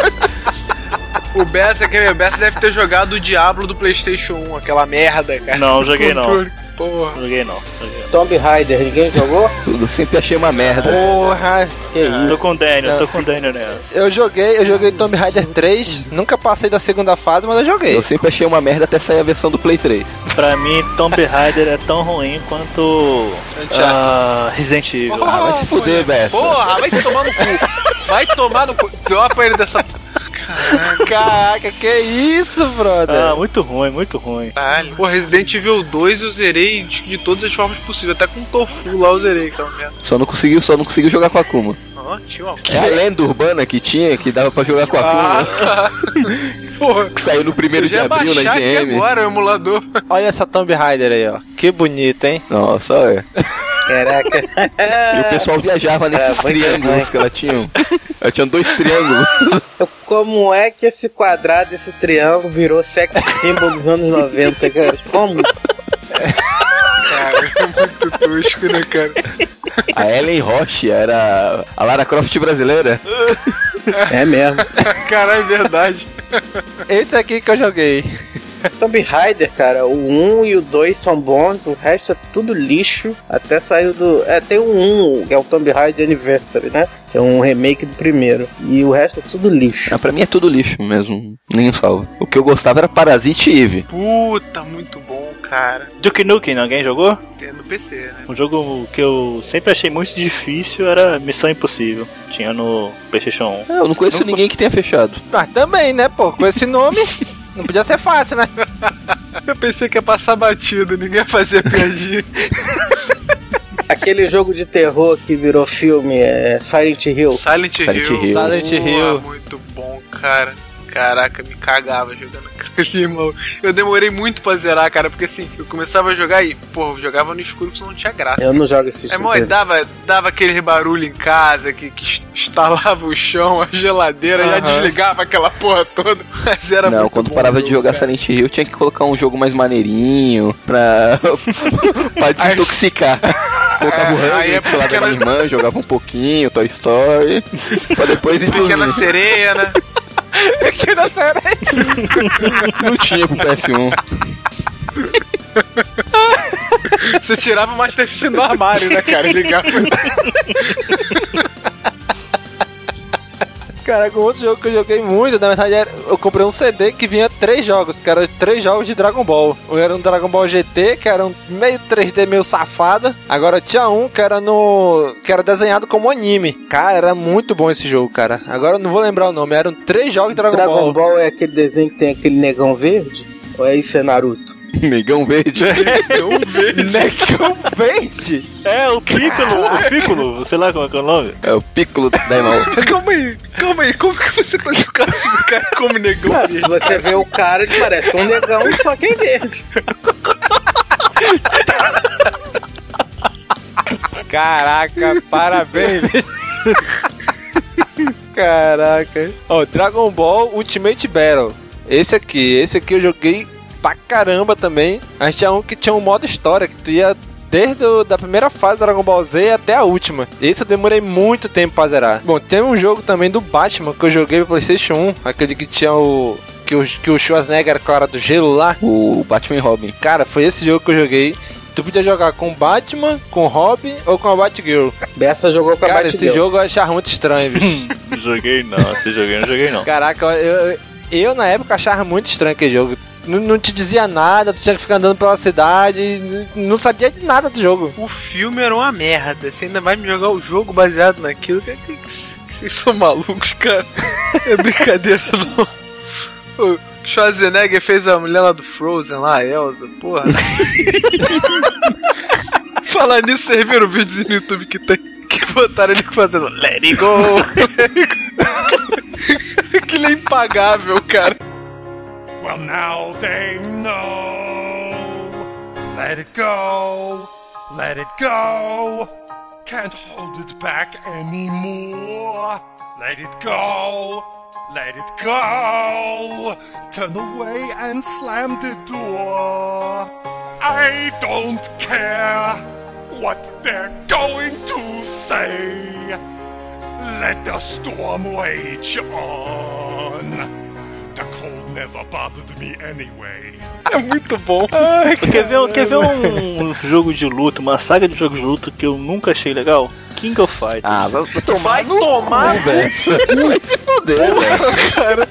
S6: O Bessa, quer ver? O Bessa deve ter jogado o Diablo do PlayStation 1, aquela merda, cara.
S7: Não, joguei não.
S6: Controle, Porra.
S7: Joguei não. joguei não.
S5: Tomb Raider, ninguém jogou?
S4: Tudo, sempre achei uma merda.
S2: Porra,
S5: Que isso?
S7: Tô com o Daniel, tô com o Daniel nessa.
S2: Eu joguei, eu joguei Tomb Raider 3, nunca passei da segunda fase, mas eu joguei.
S4: Eu sempre achei uma merda até sair a versão do Play 3.
S7: Pra mim, Tomb Raider é tão ruim quanto ah, Resident Evil.
S4: Ah, vai se fuder, Bessa.
S6: Porra, vai tomar no cu. Vai tomar no cu. Dropa ele dessa.
S2: Caraca, que isso, brother?
S7: Ah, muito ruim, muito ruim.
S6: Caralho. Pô, Resident Evil 2 eu zerei de, de todas as formas possíveis. Até com tofu lá eu zerei aquela merda.
S4: Só não conseguiu, só não conseguiu jogar com a Kuma.
S6: Não, tinha uma.
S4: É a lenda urbana que tinha, que dava pra jogar com a Kuma,
S6: Porra.
S4: que saiu no primeiro
S6: Ah, Eu
S4: de abril né?
S6: já ia
S4: na
S6: baixar aqui
S4: IGM.
S6: agora o emulador.
S2: Olha essa Tomb Raider aí, ó. Que bonito, hein?
S4: Nossa, olha.
S5: Caraca.
S4: E o pessoal viajava nesses
S5: muito
S4: triângulos
S5: bem.
S4: que ela tinha. um. Ela tinha dois triângulos.
S5: Como é que esse quadrado, esse triângulo virou sex symbol dos anos 90, cara? Como?
S6: é Muito tosco, né, cara?
S4: A Ellen Roche era a Lara Croft brasileira.
S5: É mesmo.
S6: Caralho, é verdade.
S2: Esse aqui que eu joguei.
S5: Tomb Raider, cara, o 1 e o 2 são bons, o resto é tudo lixo. Até saiu do. É, tem o 1, que é o Tomb Raider Anniversary, né? Que é um remake do primeiro. E o resto é tudo lixo.
S4: Ah, pra mim é tudo lixo mesmo. Nenhum salvo. O que eu gostava era Parasite e Eve.
S6: Puta, muito bom, cara.
S7: Duke Nukem, alguém jogou?
S6: É no PC, né?
S7: Um jogo que eu sempre achei muito difícil era Missão Impossível. Tinha no PlayStation 1.
S4: Ah, eu não conheço ninguém que tenha fechado.
S2: Mas também, né, pô? Com esse nome, não podia ser fácil, né?
S6: Eu pensei que ia passar batido, ninguém ia fazer piadinha.
S5: Aquele jogo de terror que virou filme é Silent Hill.
S6: Silent Hill.
S4: Silent Hill.
S2: Silent
S6: Boa,
S2: Hill.
S6: Muito bom, cara. Caraca, me cagava jogando aquele mal. Eu demorei muito pra zerar, cara, porque assim, eu começava a jogar e, porra, eu jogava no escuro que isso não tinha graça.
S5: Eu não jogo esses
S6: É, mó, e
S5: jogos.
S6: dava, dava aquele barulho em casa que, que est- estalava o chão, a geladeira, já desligava aquela porra toda. Mas era
S4: não,
S6: muito
S4: quando
S6: bom
S4: parava
S6: o
S4: de
S6: jogo,
S4: jogar
S6: cara.
S4: Silent Hill, tinha que colocar um jogo mais maneirinho pra, pra desintoxicar. Colocava o
S6: É, aí é
S4: Hungry, sei lá, da
S6: pequena-
S4: minha irmã, jogava um pouquinho, Toy Story, pra depois ir
S6: Pequena
S4: dormir.
S6: sereia, né?
S4: Não tinha pro PS1.
S6: Você tirava o Master System do armário, né, cara? Ligava.
S2: Cara, com outro jogo que eu joguei muito, na verdade, era- eu comprei um CD que vinha três jogos, que eram três jogos de Dragon Ball. Um era um Dragon Ball GT, que era um meio 3D meio safado. Agora tinha um que era no. que era desenhado como anime. Cara, era muito bom esse jogo, cara. Agora eu não vou lembrar o nome, eram três jogos de Dragon,
S5: Dragon
S2: Ball.
S5: Ball é aquele desenho que tem aquele negão verde? Ou é isso é Naruto?
S4: Negão verde.
S6: É,
S2: Negão Verde?
S7: É, o Piccolo, o Piccolo, sei lá como é que é o nome.
S4: É o Piccolo Daimao.
S6: calma aí, calma aí, como que você conseguiu classificar como negão?
S5: Se você vê o cara, ele parece um negão, só que é verde.
S2: Caraca, parabéns. Caraca. Ó, Dragon Ball Ultimate Battle. Esse aqui, esse aqui eu joguei pra caramba também. A gente tinha um que tinha um modo história, que tu ia desde o- da primeira fase do Dragon Ball Z até a última. Esse eu demorei muito tempo pra zerar. Bom, tem um jogo também do Batman que eu joguei no Playstation 1, aquele que tinha o... Que o, que o Schwarzenegger era o cara do gelo lá.
S4: O Batman e Robin.
S2: Cara, foi esse jogo que eu joguei. Tu podia jogar com o Batman, com o Robin ou com a Batgirl.
S5: Bessa jogou com a
S2: Cara, esse
S5: Batgirl.
S2: jogo eu achava muito estranho, bicho.
S7: Joguei não, se joguei não, joguei não.
S2: Caraca, eu, eu- eu, na época achava muito estranho aquele jogo. Não, não te dizia nada, tu tinha que ficar andando pela cidade, n- não sabia de nada do jogo.
S6: O filme era uma merda. Você ainda vai me jogar o jogo baseado naquilo? Que- que- que- Vocês são malucos, cara. É brincadeira, não. O Schwarzenegger fez a mulher lá do Frozen, lá, a Elsa, porra. Falar nisso, vocês viram o vídeo no YouTube que tem? Que botaram ele fazendo Let it go! let it go." Aquilo é impagável, cara.
S10: Well, now they know. Let it go. Let it go. Can't hold it back anymore. Let it go. Let it go. Turn away and slam the door. I don't care what they're going to say. Let the storm rage on. The cold never bothered me anyway.
S6: É muito bom.
S7: Quer ver, quer ver um jogo de luta, uma saga de jogos de luta que eu nunca achei legal? King of Fighters.
S4: Ah, vai
S6: Vai tomar
S4: velho. Vai se foder, velho.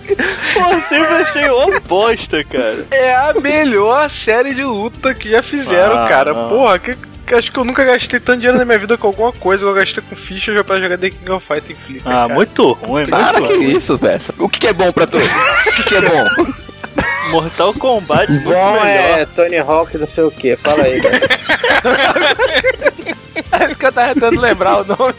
S7: Pô, sempre achei uma bosta, cara.
S6: É a melhor série de luta que já fizeram,
S7: Ah,
S6: cara.
S7: não.
S6: Porra, que, que acho que eu nunca gastei tanto dinheiro na minha vida com alguma coisa. Eu gastei com ficha já pra jogar The King of Fighting Flipper.
S7: Ah,
S6: cara.
S7: muito ruim,
S4: Para
S7: muito
S4: que
S7: ruim.
S4: isso, velho. O que que é bom pra tu? O que que é bom?
S7: Mortal Kombat muito
S5: Bom
S7: melhor.
S5: é Tony Hawk, não sei o que. Fala aí, cara.
S2: Acho É que eu tava tentando lembrar o nome.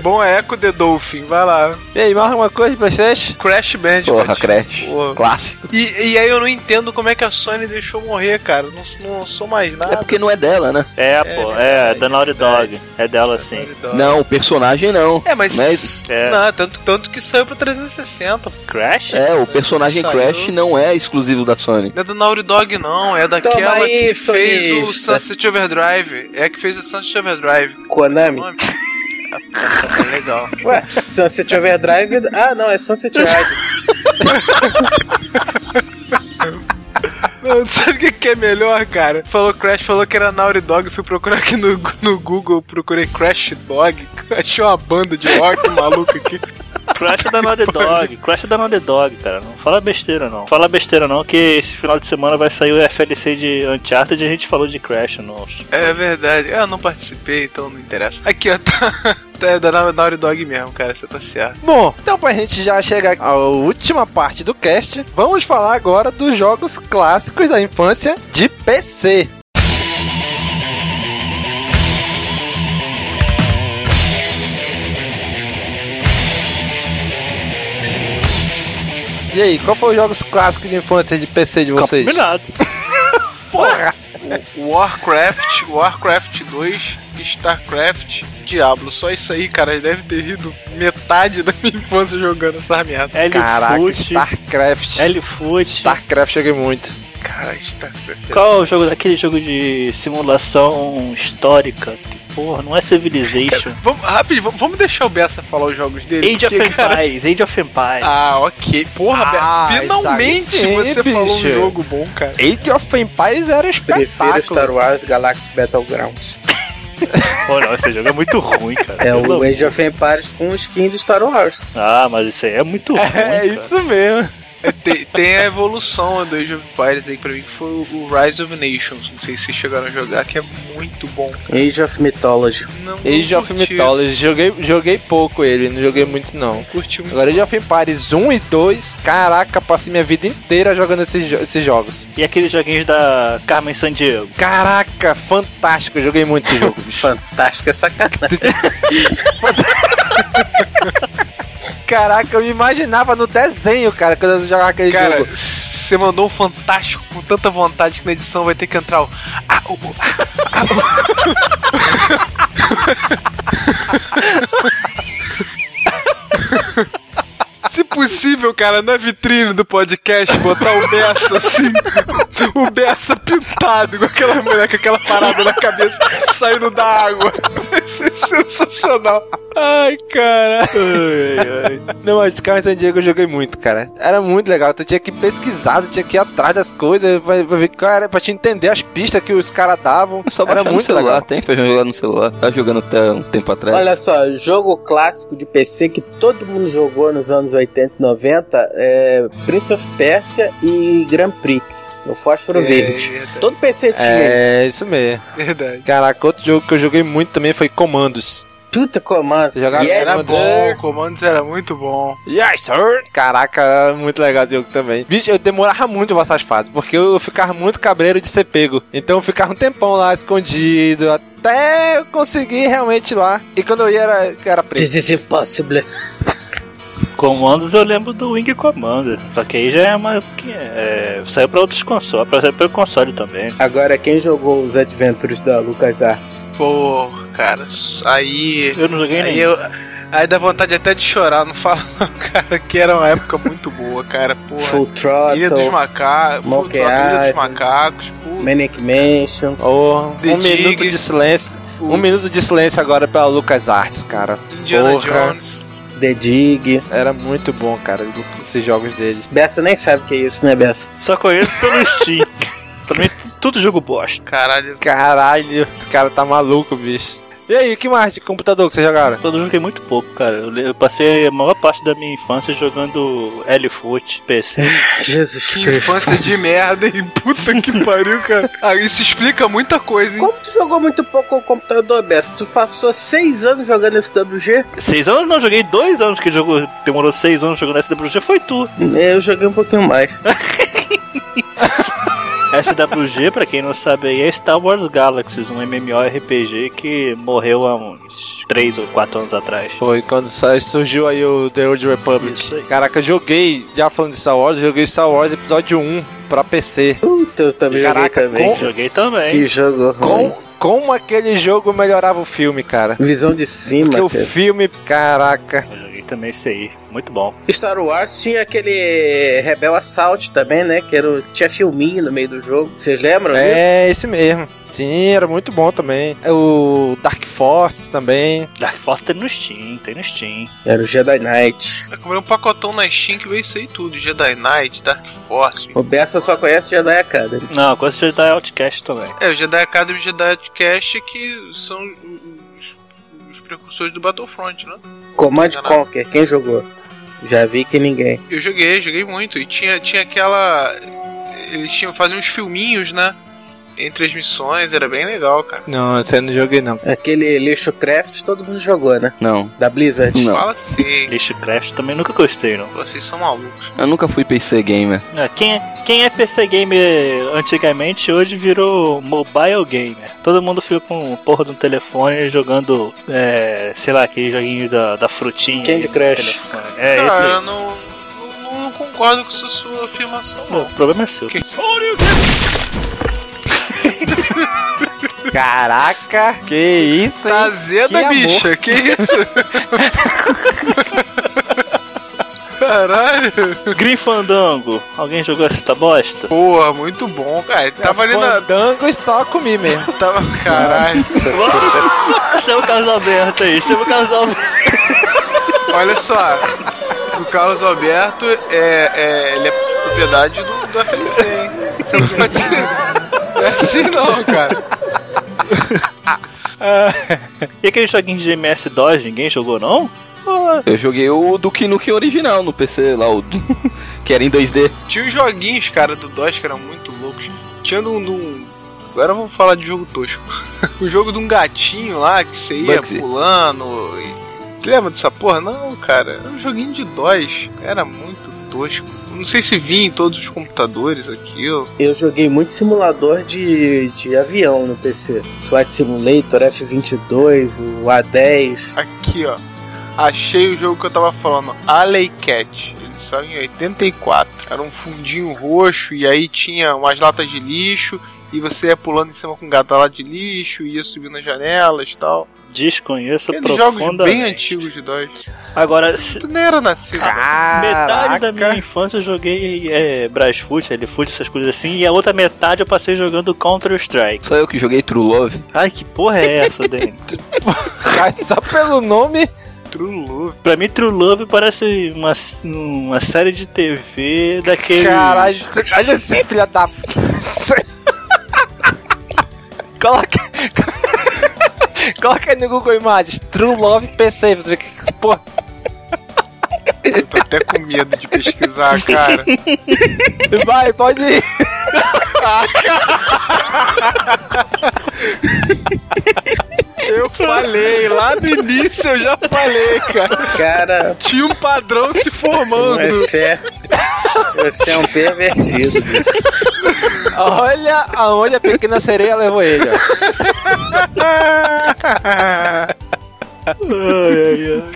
S6: Bom é Echo the Dolphin, vai lá.
S2: E aí, mais alguma coisa pra vocês?
S6: Crash Bandicoot.
S4: Porra, Crash.
S6: Porra.
S4: Clássico.
S6: E, e aí eu não entendo como é que a Sony deixou morrer, cara. Não, não sou mais nada.
S4: É porque não é dela, né?
S7: É, pô, é, da Naughty Dog. É dela, sim.
S4: Não, o personagem não.
S6: É, mas...
S4: Mas-
S7: É.
S6: Não, tanto, tanto que saiu pra 360.
S7: Crash?
S4: É, o personagem
S6: Saiu.
S4: Crash não é exclusivo da Sony.
S6: Não é da Naughty Dog, não. É daquela
S5: Toma aí,
S6: que fez o
S5: sonista.
S6: Sunset Overdrive. É a que fez o Sunset Overdrive.
S5: Konami.
S6: Nome? É legal.
S5: Ué, Sunset Overdrive. Ah, não, é Sunset Overdrive.
S6: Não, sabe o que que é melhor, cara? Falou Crash, falou que era Naughty Dog, fui procurar aqui no, no Google, procurei Crash Dog, achei uma banda de rock maluca aqui.
S7: Crash da Naughty Dog, Crash da Naughty Dog, cara. Não fala besteira não. Fala besteira não, que esse final de semana vai sair o FLC de Uncharted e a gente falou de Crash no.
S6: É verdade, eu não participei, então não interessa. Aqui, ó, tá... tá, É da Nau- Naughty Dog mesmo, cara, você tá certo.
S2: Bom, então pra gente já chegar à última parte do cast, vamos falar agora dos jogos clássicos da infância de PC. E aí, qual foi os jogos clássicos de infância de PC de vocês?
S7: Combinado.
S2: Porra!
S6: Warcraft, Warcraft 2, Starcraft, Diablo, só isso aí, cara, deve ter rido metade da minha infância jogando essa merda.
S7: É
S2: Caraca,
S7: L-Foot.
S6: É
S2: StarCraft.
S7: L-Foot.
S2: StarCraft joguei muito.
S6: Cara, Starcraft.
S7: Qual é o jogo daquele jogo de simulação histórica? Que, porra, não é Civilization.
S6: Vamos, rápido, vamos, vamos deixar o Bessa falar os jogos dele.
S7: Age of
S6: porque, cara,
S7: Empires, Age of Empires.
S6: Ah, ok. Porra,
S2: Ah,
S6: Beto, finalmente
S2: isso aí sim,
S6: você falou um
S2: bicho.
S6: jogo bom, cara.
S2: Age of Empires era um
S5: Prefiro Star
S2: espetáculo.
S5: Wars Galactic Battlegrounds.
S7: Pô, não, esse jogo é muito ruim, cara.
S5: É
S7: Pelo
S5: o
S7: amor-
S5: Age of Empires com skin de Star Wars.
S7: Ah, mas isso aí é muito ruim.
S2: É
S7: cara.
S2: isso mesmo.
S6: Tem, tem a evolução do Age of Empires aí pra mim, que foi o Rise of Nations. Não sei se vocês chegaram a jogar, que é muito bom.
S5: Age of Mythology.
S6: Não, não
S2: Age of
S6: curti,
S2: Mythology, joguei, joguei pouco ele, não joguei muito não.
S6: não Curti muito.
S2: Agora Age of Empires 1 e 2, caraca, passei minha vida inteira jogando esses, jo- esses jogos.
S7: E aqueles joguinhos da Carmen Sandiego.
S2: Caraca, fantástico, joguei muito esse jogo, bicho.
S5: Fantástica sacanagem.
S2: Caraca, eu me imaginava no desenho, cara, quando eu jogava aquele
S6: Cara,
S2: jogo.
S6: você mandou um fantástico com tanta vontade que na edição vai ter que entrar o. Ah, o- o- ah, ah, o- Se possível, cara, na vitrine do podcast, botar o Bessa assim, o Bessa pintado com aquela mulher com aquela parada na cabeça saindo da água. Vai ser sensacional.
S2: Ai, cara. Não, mas Carmen San Diego eu joguei muito, cara. Era muito legal. Tu tinha que pesquisar, tu tinha que ir atrás das coisas, pra, pra ver qual era, pra te entender as pistas que os caras davam.
S4: É só
S2: era
S4: baixar no
S2: muito
S4: celular,
S2: legal.
S4: tem pra jogar no celular. Tá jogando até um tempo atrás.
S5: Olha só, jogo clássico de PC que todo mundo jogou nos anos 80 e 90 é Prince of Persia e Grand Prix, no Fósforo
S6: É,
S5: Verde. Todo PC tinha isso.
S2: É, isso mesmo.
S6: verdade.
S2: Caraca, outro jogo que eu joguei muito também foi Comandos.
S5: Tuta Command.
S2: Jogava-
S5: Yes,
S6: Era
S2: Mas-
S6: bom, o Comandos era muito bom.
S2: Yes, sir! Caraca, era muito legal esse jogo também. Bicho, eu demorava muito pra passar as fases, porque eu ficava muito cabreiro de ser pego. Então eu ficava um tempão lá escondido, até eu conseguir realmente ir lá. E quando eu ia era, era preso.
S5: This is impossible.
S7: Comandos eu lembro do Wing Commander. Só que aí já é uma. que é- saiu pra outros consoles. Saiu pra console também.
S5: Agora, quem jogou os Adventures da LucasArts?
S6: Pô, cara, aí.
S7: Eu não joguei
S6: Aí,
S7: nenhum.
S6: eu, aí dá vontade até de chorar, não fala não, cara, que era uma época muito boa, cara. Porra.
S5: Full
S6: Ilha dos
S5: Throttle,
S6: Macacos,
S5: Monkey
S6: Ilha dos
S5: Island.
S6: Macacos, puta.
S5: Manic Mansion.
S2: Oh,
S6: The
S2: um minuto
S6: Dig.
S2: de silêncio.
S6: O-
S2: Um minuto de silêncio agora pra Lucas Arts, cara.
S6: Indiana
S2: Porra.
S6: Jones.
S5: The Dig.
S2: Era muito bom, cara, esses jogos dele.
S5: Bessa nem sabe o que é isso, né, Bessa?
S7: Só conheço pelo Steam. pra mim, tu- tudo jogo bosta.
S6: Caralho.
S2: Caralho, o cara tá maluco, bicho. E aí, o que mais de computador que vocês jogaram?
S7: Eu joguei muito pouco, cara. Eu, le- eu passei a maior parte da minha infância jogando L-Foot, PC.
S5: Jesus
S6: Que infância de merda, hein? Puta que pariu, cara. Ah, isso explica muita coisa, hein?
S5: Como tu jogou muito pouco com o computador, Bessa? Tu passou seis anos jogando SWG?
S7: seis anos não, joguei dois anos que jogou. Demorou seis anos jogando SWG, foi tu.
S5: Eu joguei um pouquinho mais.
S7: SWG, pra quem não sabe aí, é Star Wars Galaxies, um MMORPG que morreu há uns 3 ou 4 anos atrás.
S2: Foi quando sa- surgiu aí o The Old Republic.
S7: Isso aí.
S2: Caraca, eu joguei, já falando de Star Wars, eu joguei Star Wars Episódio 1 pra PC.
S5: Puta, eu também
S2: Caraca,
S5: joguei também.
S7: Joguei também.
S5: Que jogo ruim.
S2: Com, como aquele jogo melhorava o filme, cara?
S5: Visão de cima,
S2: Porque o
S5: cara.
S2: filme, caraca.
S7: Eu joguei também isso aí. Muito bom.
S5: Star Wars tinha aquele Rebel Assault também, né? Que era, o- tinha filminho no meio do jogo. Vocês lembram disso?
S2: É, esse mesmo. Sim, era muito bom também. É O Dark Force também.
S7: Dark Force tem no Steam, tem no Steam.
S5: Era o Jedi Knight.
S6: Eu comprei um pacotão na Steam que veio isso aí tudo: Jedi Knight, Dark Force.
S5: O Bessa só conhece Jedi Academy.
S7: Não, com esse Jedi Outcast também.
S6: É, o Jedi Academy e o Jedi Outcast que são os, os precursores do Battlefront, né?
S5: Command
S6: Não, não.
S5: Conquer, quem jogou? Já vi que ninguém.
S6: Eu joguei, joguei muito. E tinha, tinha aquela. Eles tinham, faziam uns filminhos, né? Entre as missões, era bem legal, cara.
S2: Não, esse eu não joguei não.
S5: Aquele lixo craft todo mundo jogou, né?
S4: Não,
S5: Da Blizzard.
S4: Não.
S6: Fala assim,
S7: Lixo Craft também nunca gostei, não.
S6: vocês são malucos.
S4: eu nunca fui PC gamer.
S7: É, Quem é, quem é PC Gamer antigamente hoje virou mobile gamer. Todo mundo fica com porra de um telefone jogando, é, sei lá, aquele joguinho da, da frutinha.
S5: Candy
S7: aí no
S5: Crush.
S7: telefone. É,
S6: cara,
S7: esse aí.
S6: eu não, não, não concordo com essa sua afirmação,
S7: Pô,
S6: não.
S7: O problema é seu.
S2: Caraca, que isso,
S6: Tá
S2: hein?
S6: azeda,
S2: que amor.
S6: bicha, que isso? Caralho!
S7: Grifandango. Alguém jogou essa bosta?
S6: Porra, muito bom,
S2: É
S6: cara. Tava ali na.
S2: Fandangos só comi mesmo.
S6: Tava. Caralho.
S7: Chama o Carlos Alberto aí, chama o Carlos Alberto.
S6: Olha só, o Carlos Alberto é, é- ele é propriedade do, do FLC, hein? Você não pode ser. Não é assim não, cara. É.
S7: E aquele joguinho de MS-DOS, ninguém jogou não?
S4: Eu joguei o Duke Nukem original no PC lá, o que era em 2D.
S6: Tinha uns joguinhos, cara, do DOS que eram muito loucos. Tinha de um. de um- Agora vamos falar de jogo tosco. O jogo de um gatinho lá que você ia
S4: Bugsy.
S6: pulando. e- Tu lembra dessa porra? Não, cara. Era um joguinho de DOS. Era muito tosco. Não sei se vinha em todos os computadores aquilo.
S5: Eu joguei muito simulador de, de avião no PC. Flight Simulator, F-22, o A-10.
S6: Aqui, ó. Achei o jogo que eu tava falando. Alley Cat. Ele saiu em 84. Era um fundinho roxo e aí tinha umas latas de lixo. E você ia pulando em cima com um gato lá de lixo, ia subindo as janelas e tal.
S7: Desconheço
S2: é
S6: Aqueles jogos
S7: profundamente.
S6: bem antigos de DOS.
S7: Agora, se-
S6: Tu nem era nascido.
S7: metade
S2: Caraca.
S7: da minha infância eu joguei é, Brasfoot, Helifoot, essas coisas assim, e a outra metade eu passei jogando Counter-Strike.
S4: Só eu que joguei True Love.
S7: Ai, que porra é essa, Denis?
S2: Cara, Só pelo nome.
S6: True Love.
S7: pra mim, True Love parece uma, uma série de TV daqueles...
S2: Caralho, olha esse filha da. Coloca. Coloca aí no Google Imagens. True Love PC. você vê que- Pô,
S6: Eu tô até com medo de pesquisar, cara.
S2: vai, pode ir.
S6: Eu falei, lá no início eu já falei, cara.
S5: Cara,
S6: Tinha um padrão se formando.
S5: você é, você é um pervertido.
S2: Olha aonde a pequena sereia levou ele. ó.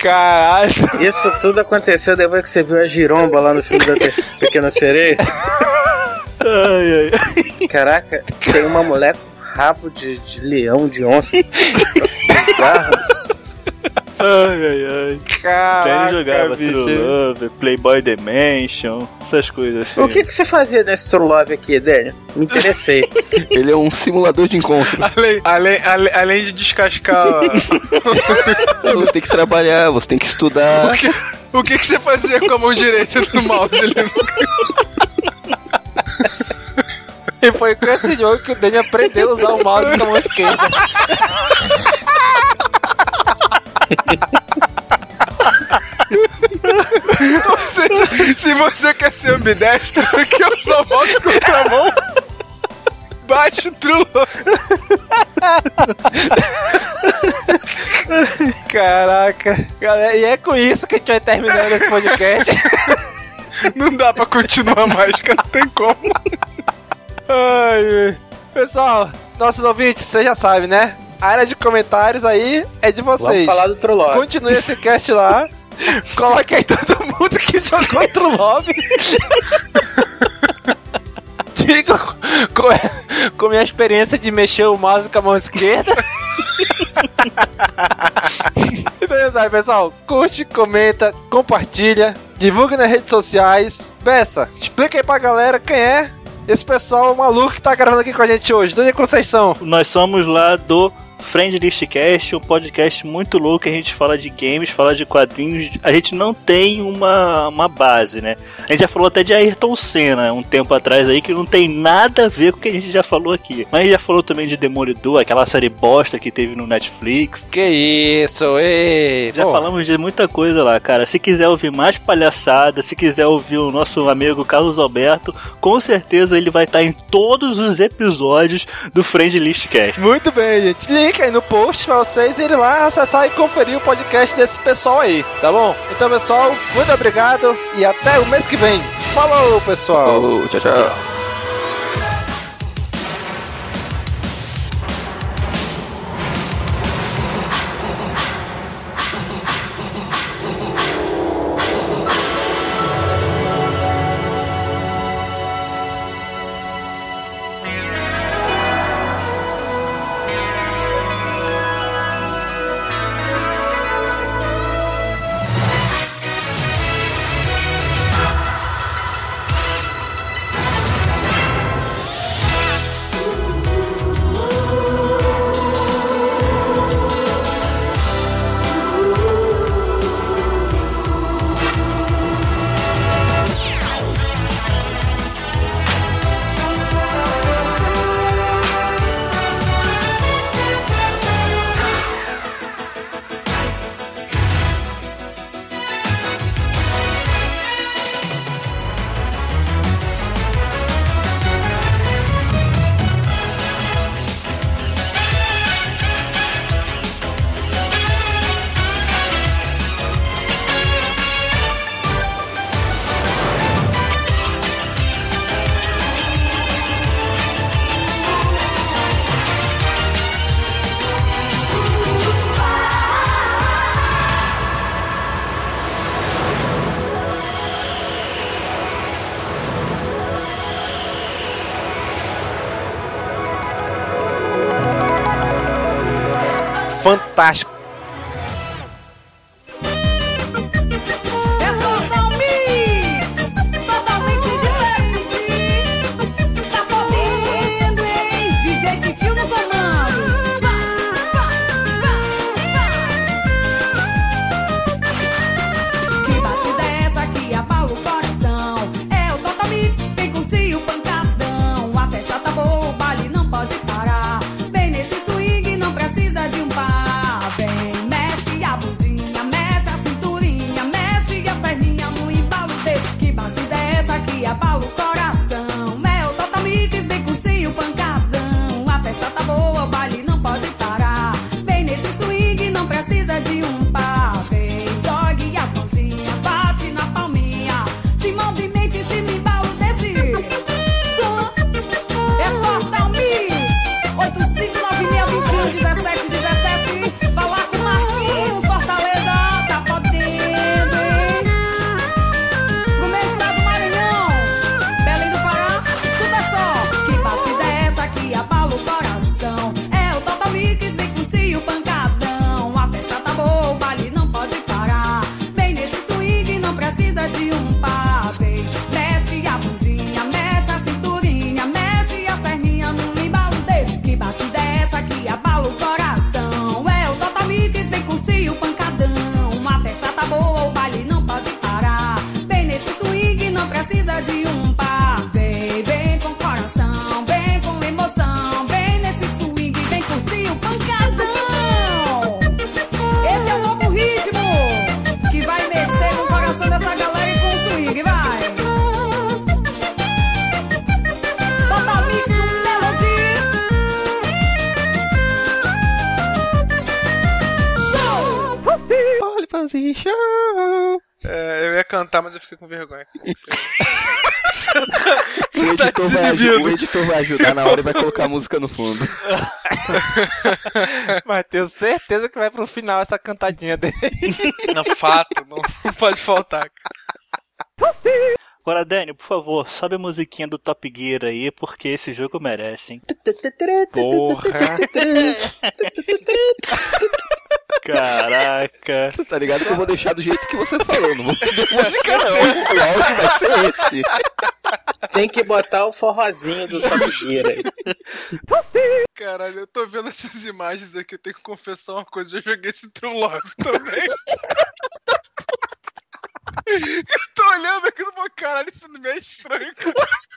S2: Caralho.
S5: Isso tudo aconteceu depois que você viu a giromba lá no filme da Pe- Pequena Sereia.
S7: Ai, ai.
S5: Caraca, tem uma mulher com rabo de, de leão, de onça. Bizarro.
S7: Ai, ai, ai. Tênis
S2: Caraca,
S7: jogava
S2: bicho.
S7: True Love, Playboy Dimension, essas coisas assim.
S5: o que, que você fazia nesse True Love aqui, Daniel? Me interessei.
S4: Ele é um simulador de encontro.
S6: Além, além, além, além de descascar
S4: Você tem que trabalhar, você tem que estudar.
S6: O que, que você fazia com a mão direita do mouse? Ele
S2: E foi com esse jogo que o Daniel aprendeu a usar o mouse com a mão esquerda.
S6: Você- se você quer ser ambidestro, você quer usar o mouse com outra mão? Baixe o trulo.
S2: Caraca. Galera, e é com isso que a gente vai terminando esse podcast.
S6: Não dá pra continuar mais, cara. Não tem como.
S2: Ai, ai. Pessoal, nossos ouvintes, vocês já sabem, né? A área de comentários aí é de
S5: Vamos
S2: vocês.
S5: falar do True Love.
S2: Continue esse cast lá. Coloque aí todo mundo que jogou True Love. Diga com, com a minha experiência de mexer o mouse com a mão esquerda. Mas Então é aí, pessoal, curte, comenta, compartilha, divulga nas redes sociais. Peça, explica aí pra galera quem é esse pessoal maluco que tá gravando aqui com a gente hoje. Dona Conceição.
S7: Nós somos lá do Friend Listcast, um podcast muito louco. A gente fala de games, fala de quadrinhos. A gente não tem uma, uma base, né? A gente já falou até de Ayrton Senna um tempo atrás aí, que não tem nada a ver com o que a gente já falou aqui. Mas a gente já falou também de Demolidor, aquela série bosta que teve no Netflix.
S2: Que isso, ei.
S7: Já falamos de muita coisa lá, cara. Se quiser ouvir mais palhaçada, se quiser ouvir o nosso amigo Carlos Alberto, com certeza ele vai estar em todos os episódios do Friend Listcast.
S2: Muito bem, gente. Link aí no post pra vocês irem lá acessar e conferir o podcast desse pessoal aí, tá bom? Então, pessoal, muito obrigado e até o mês que vem. Falou, pessoal!
S4: Falou, tchau, tchau.
S2: Fantástico.
S9: É totalmente, totalmente diferente. Tá podendo, hein? DJ Titio no comando. Vai, vai, vai, vai. Que batida é essa que abala o coração? É o totalmente, vem curtir o pancadão. A festa tá boa, o baile não pode parar. Vem nesse swing, não precisa de um par. Vem, mexe a bundinha, mexe a cinturinha, mexe a perninha no embalo desse. Que batida é essa que abala o coração? É o totalmente, vem curtir o pancadão. A festa tá boa, o baile não pode parar. Vem nesse swing, não precisa de um par. Vem, jogue a mãozinha, bate na palminha. Se movimente, se me desse. Som é Portal Mix 8596211717. Falar com Marquinhos, Fortaleza, tá podendo, hein? No meu estado Maranhão, Belém do Pará, tudo é só. Que batida é essa que abala o coração? É o Total Mix, vem curtir o pancadão. A festa tá boa, o baile não pode parar. Vem nesse swing, não precisa de um par. Vem, mexe a bundinha, mexe a cinturinha, mexe a perninha num embalo desse. Que batida é essa que abala o coração? É o Total Mix, vem curtir o pancadão. A festa tá boa, o baile não pode parar. Vem nesse swing, não precisa de um par. Vem, vem com coração, vem com emoção. Vem nesse swing, vem curtir o pancadão. Esse é o novo ritmo que vai mexer no coração dessa galera e com o swing, vai. Total Mix no Melody. Show!
S2: Pole Position.
S6: É, eu ia cantar, mas eu fiquei com vergonha.
S2: Tá
S4: O editor, vai, aju- o editor vai ajudar na hora e vai colocar a música no fundo.
S2: Mas tenho certeza que vai pro final essa cantadinha dele.
S6: Não, fato, não, não pode faltar.
S7: Agora, Daniel, por favor, sobe a musiquinha do Top Gear aí, porque esse jogo merece, hein?
S2: Porra.
S7: Caraca.
S4: Tá ligado que eu vou deixar do jeito que você falou, não vou poder música não. O áudio vai ser esse.
S5: Tem que botar o forrozinho do Top Gear aí.
S6: Caralho, eu tô vendo essas imagens aqui, eu tenho que confessar uma coisa, eu joguei esse True Love também. eu tô olhando aqui no meu caralho, isso não é estranho. cara.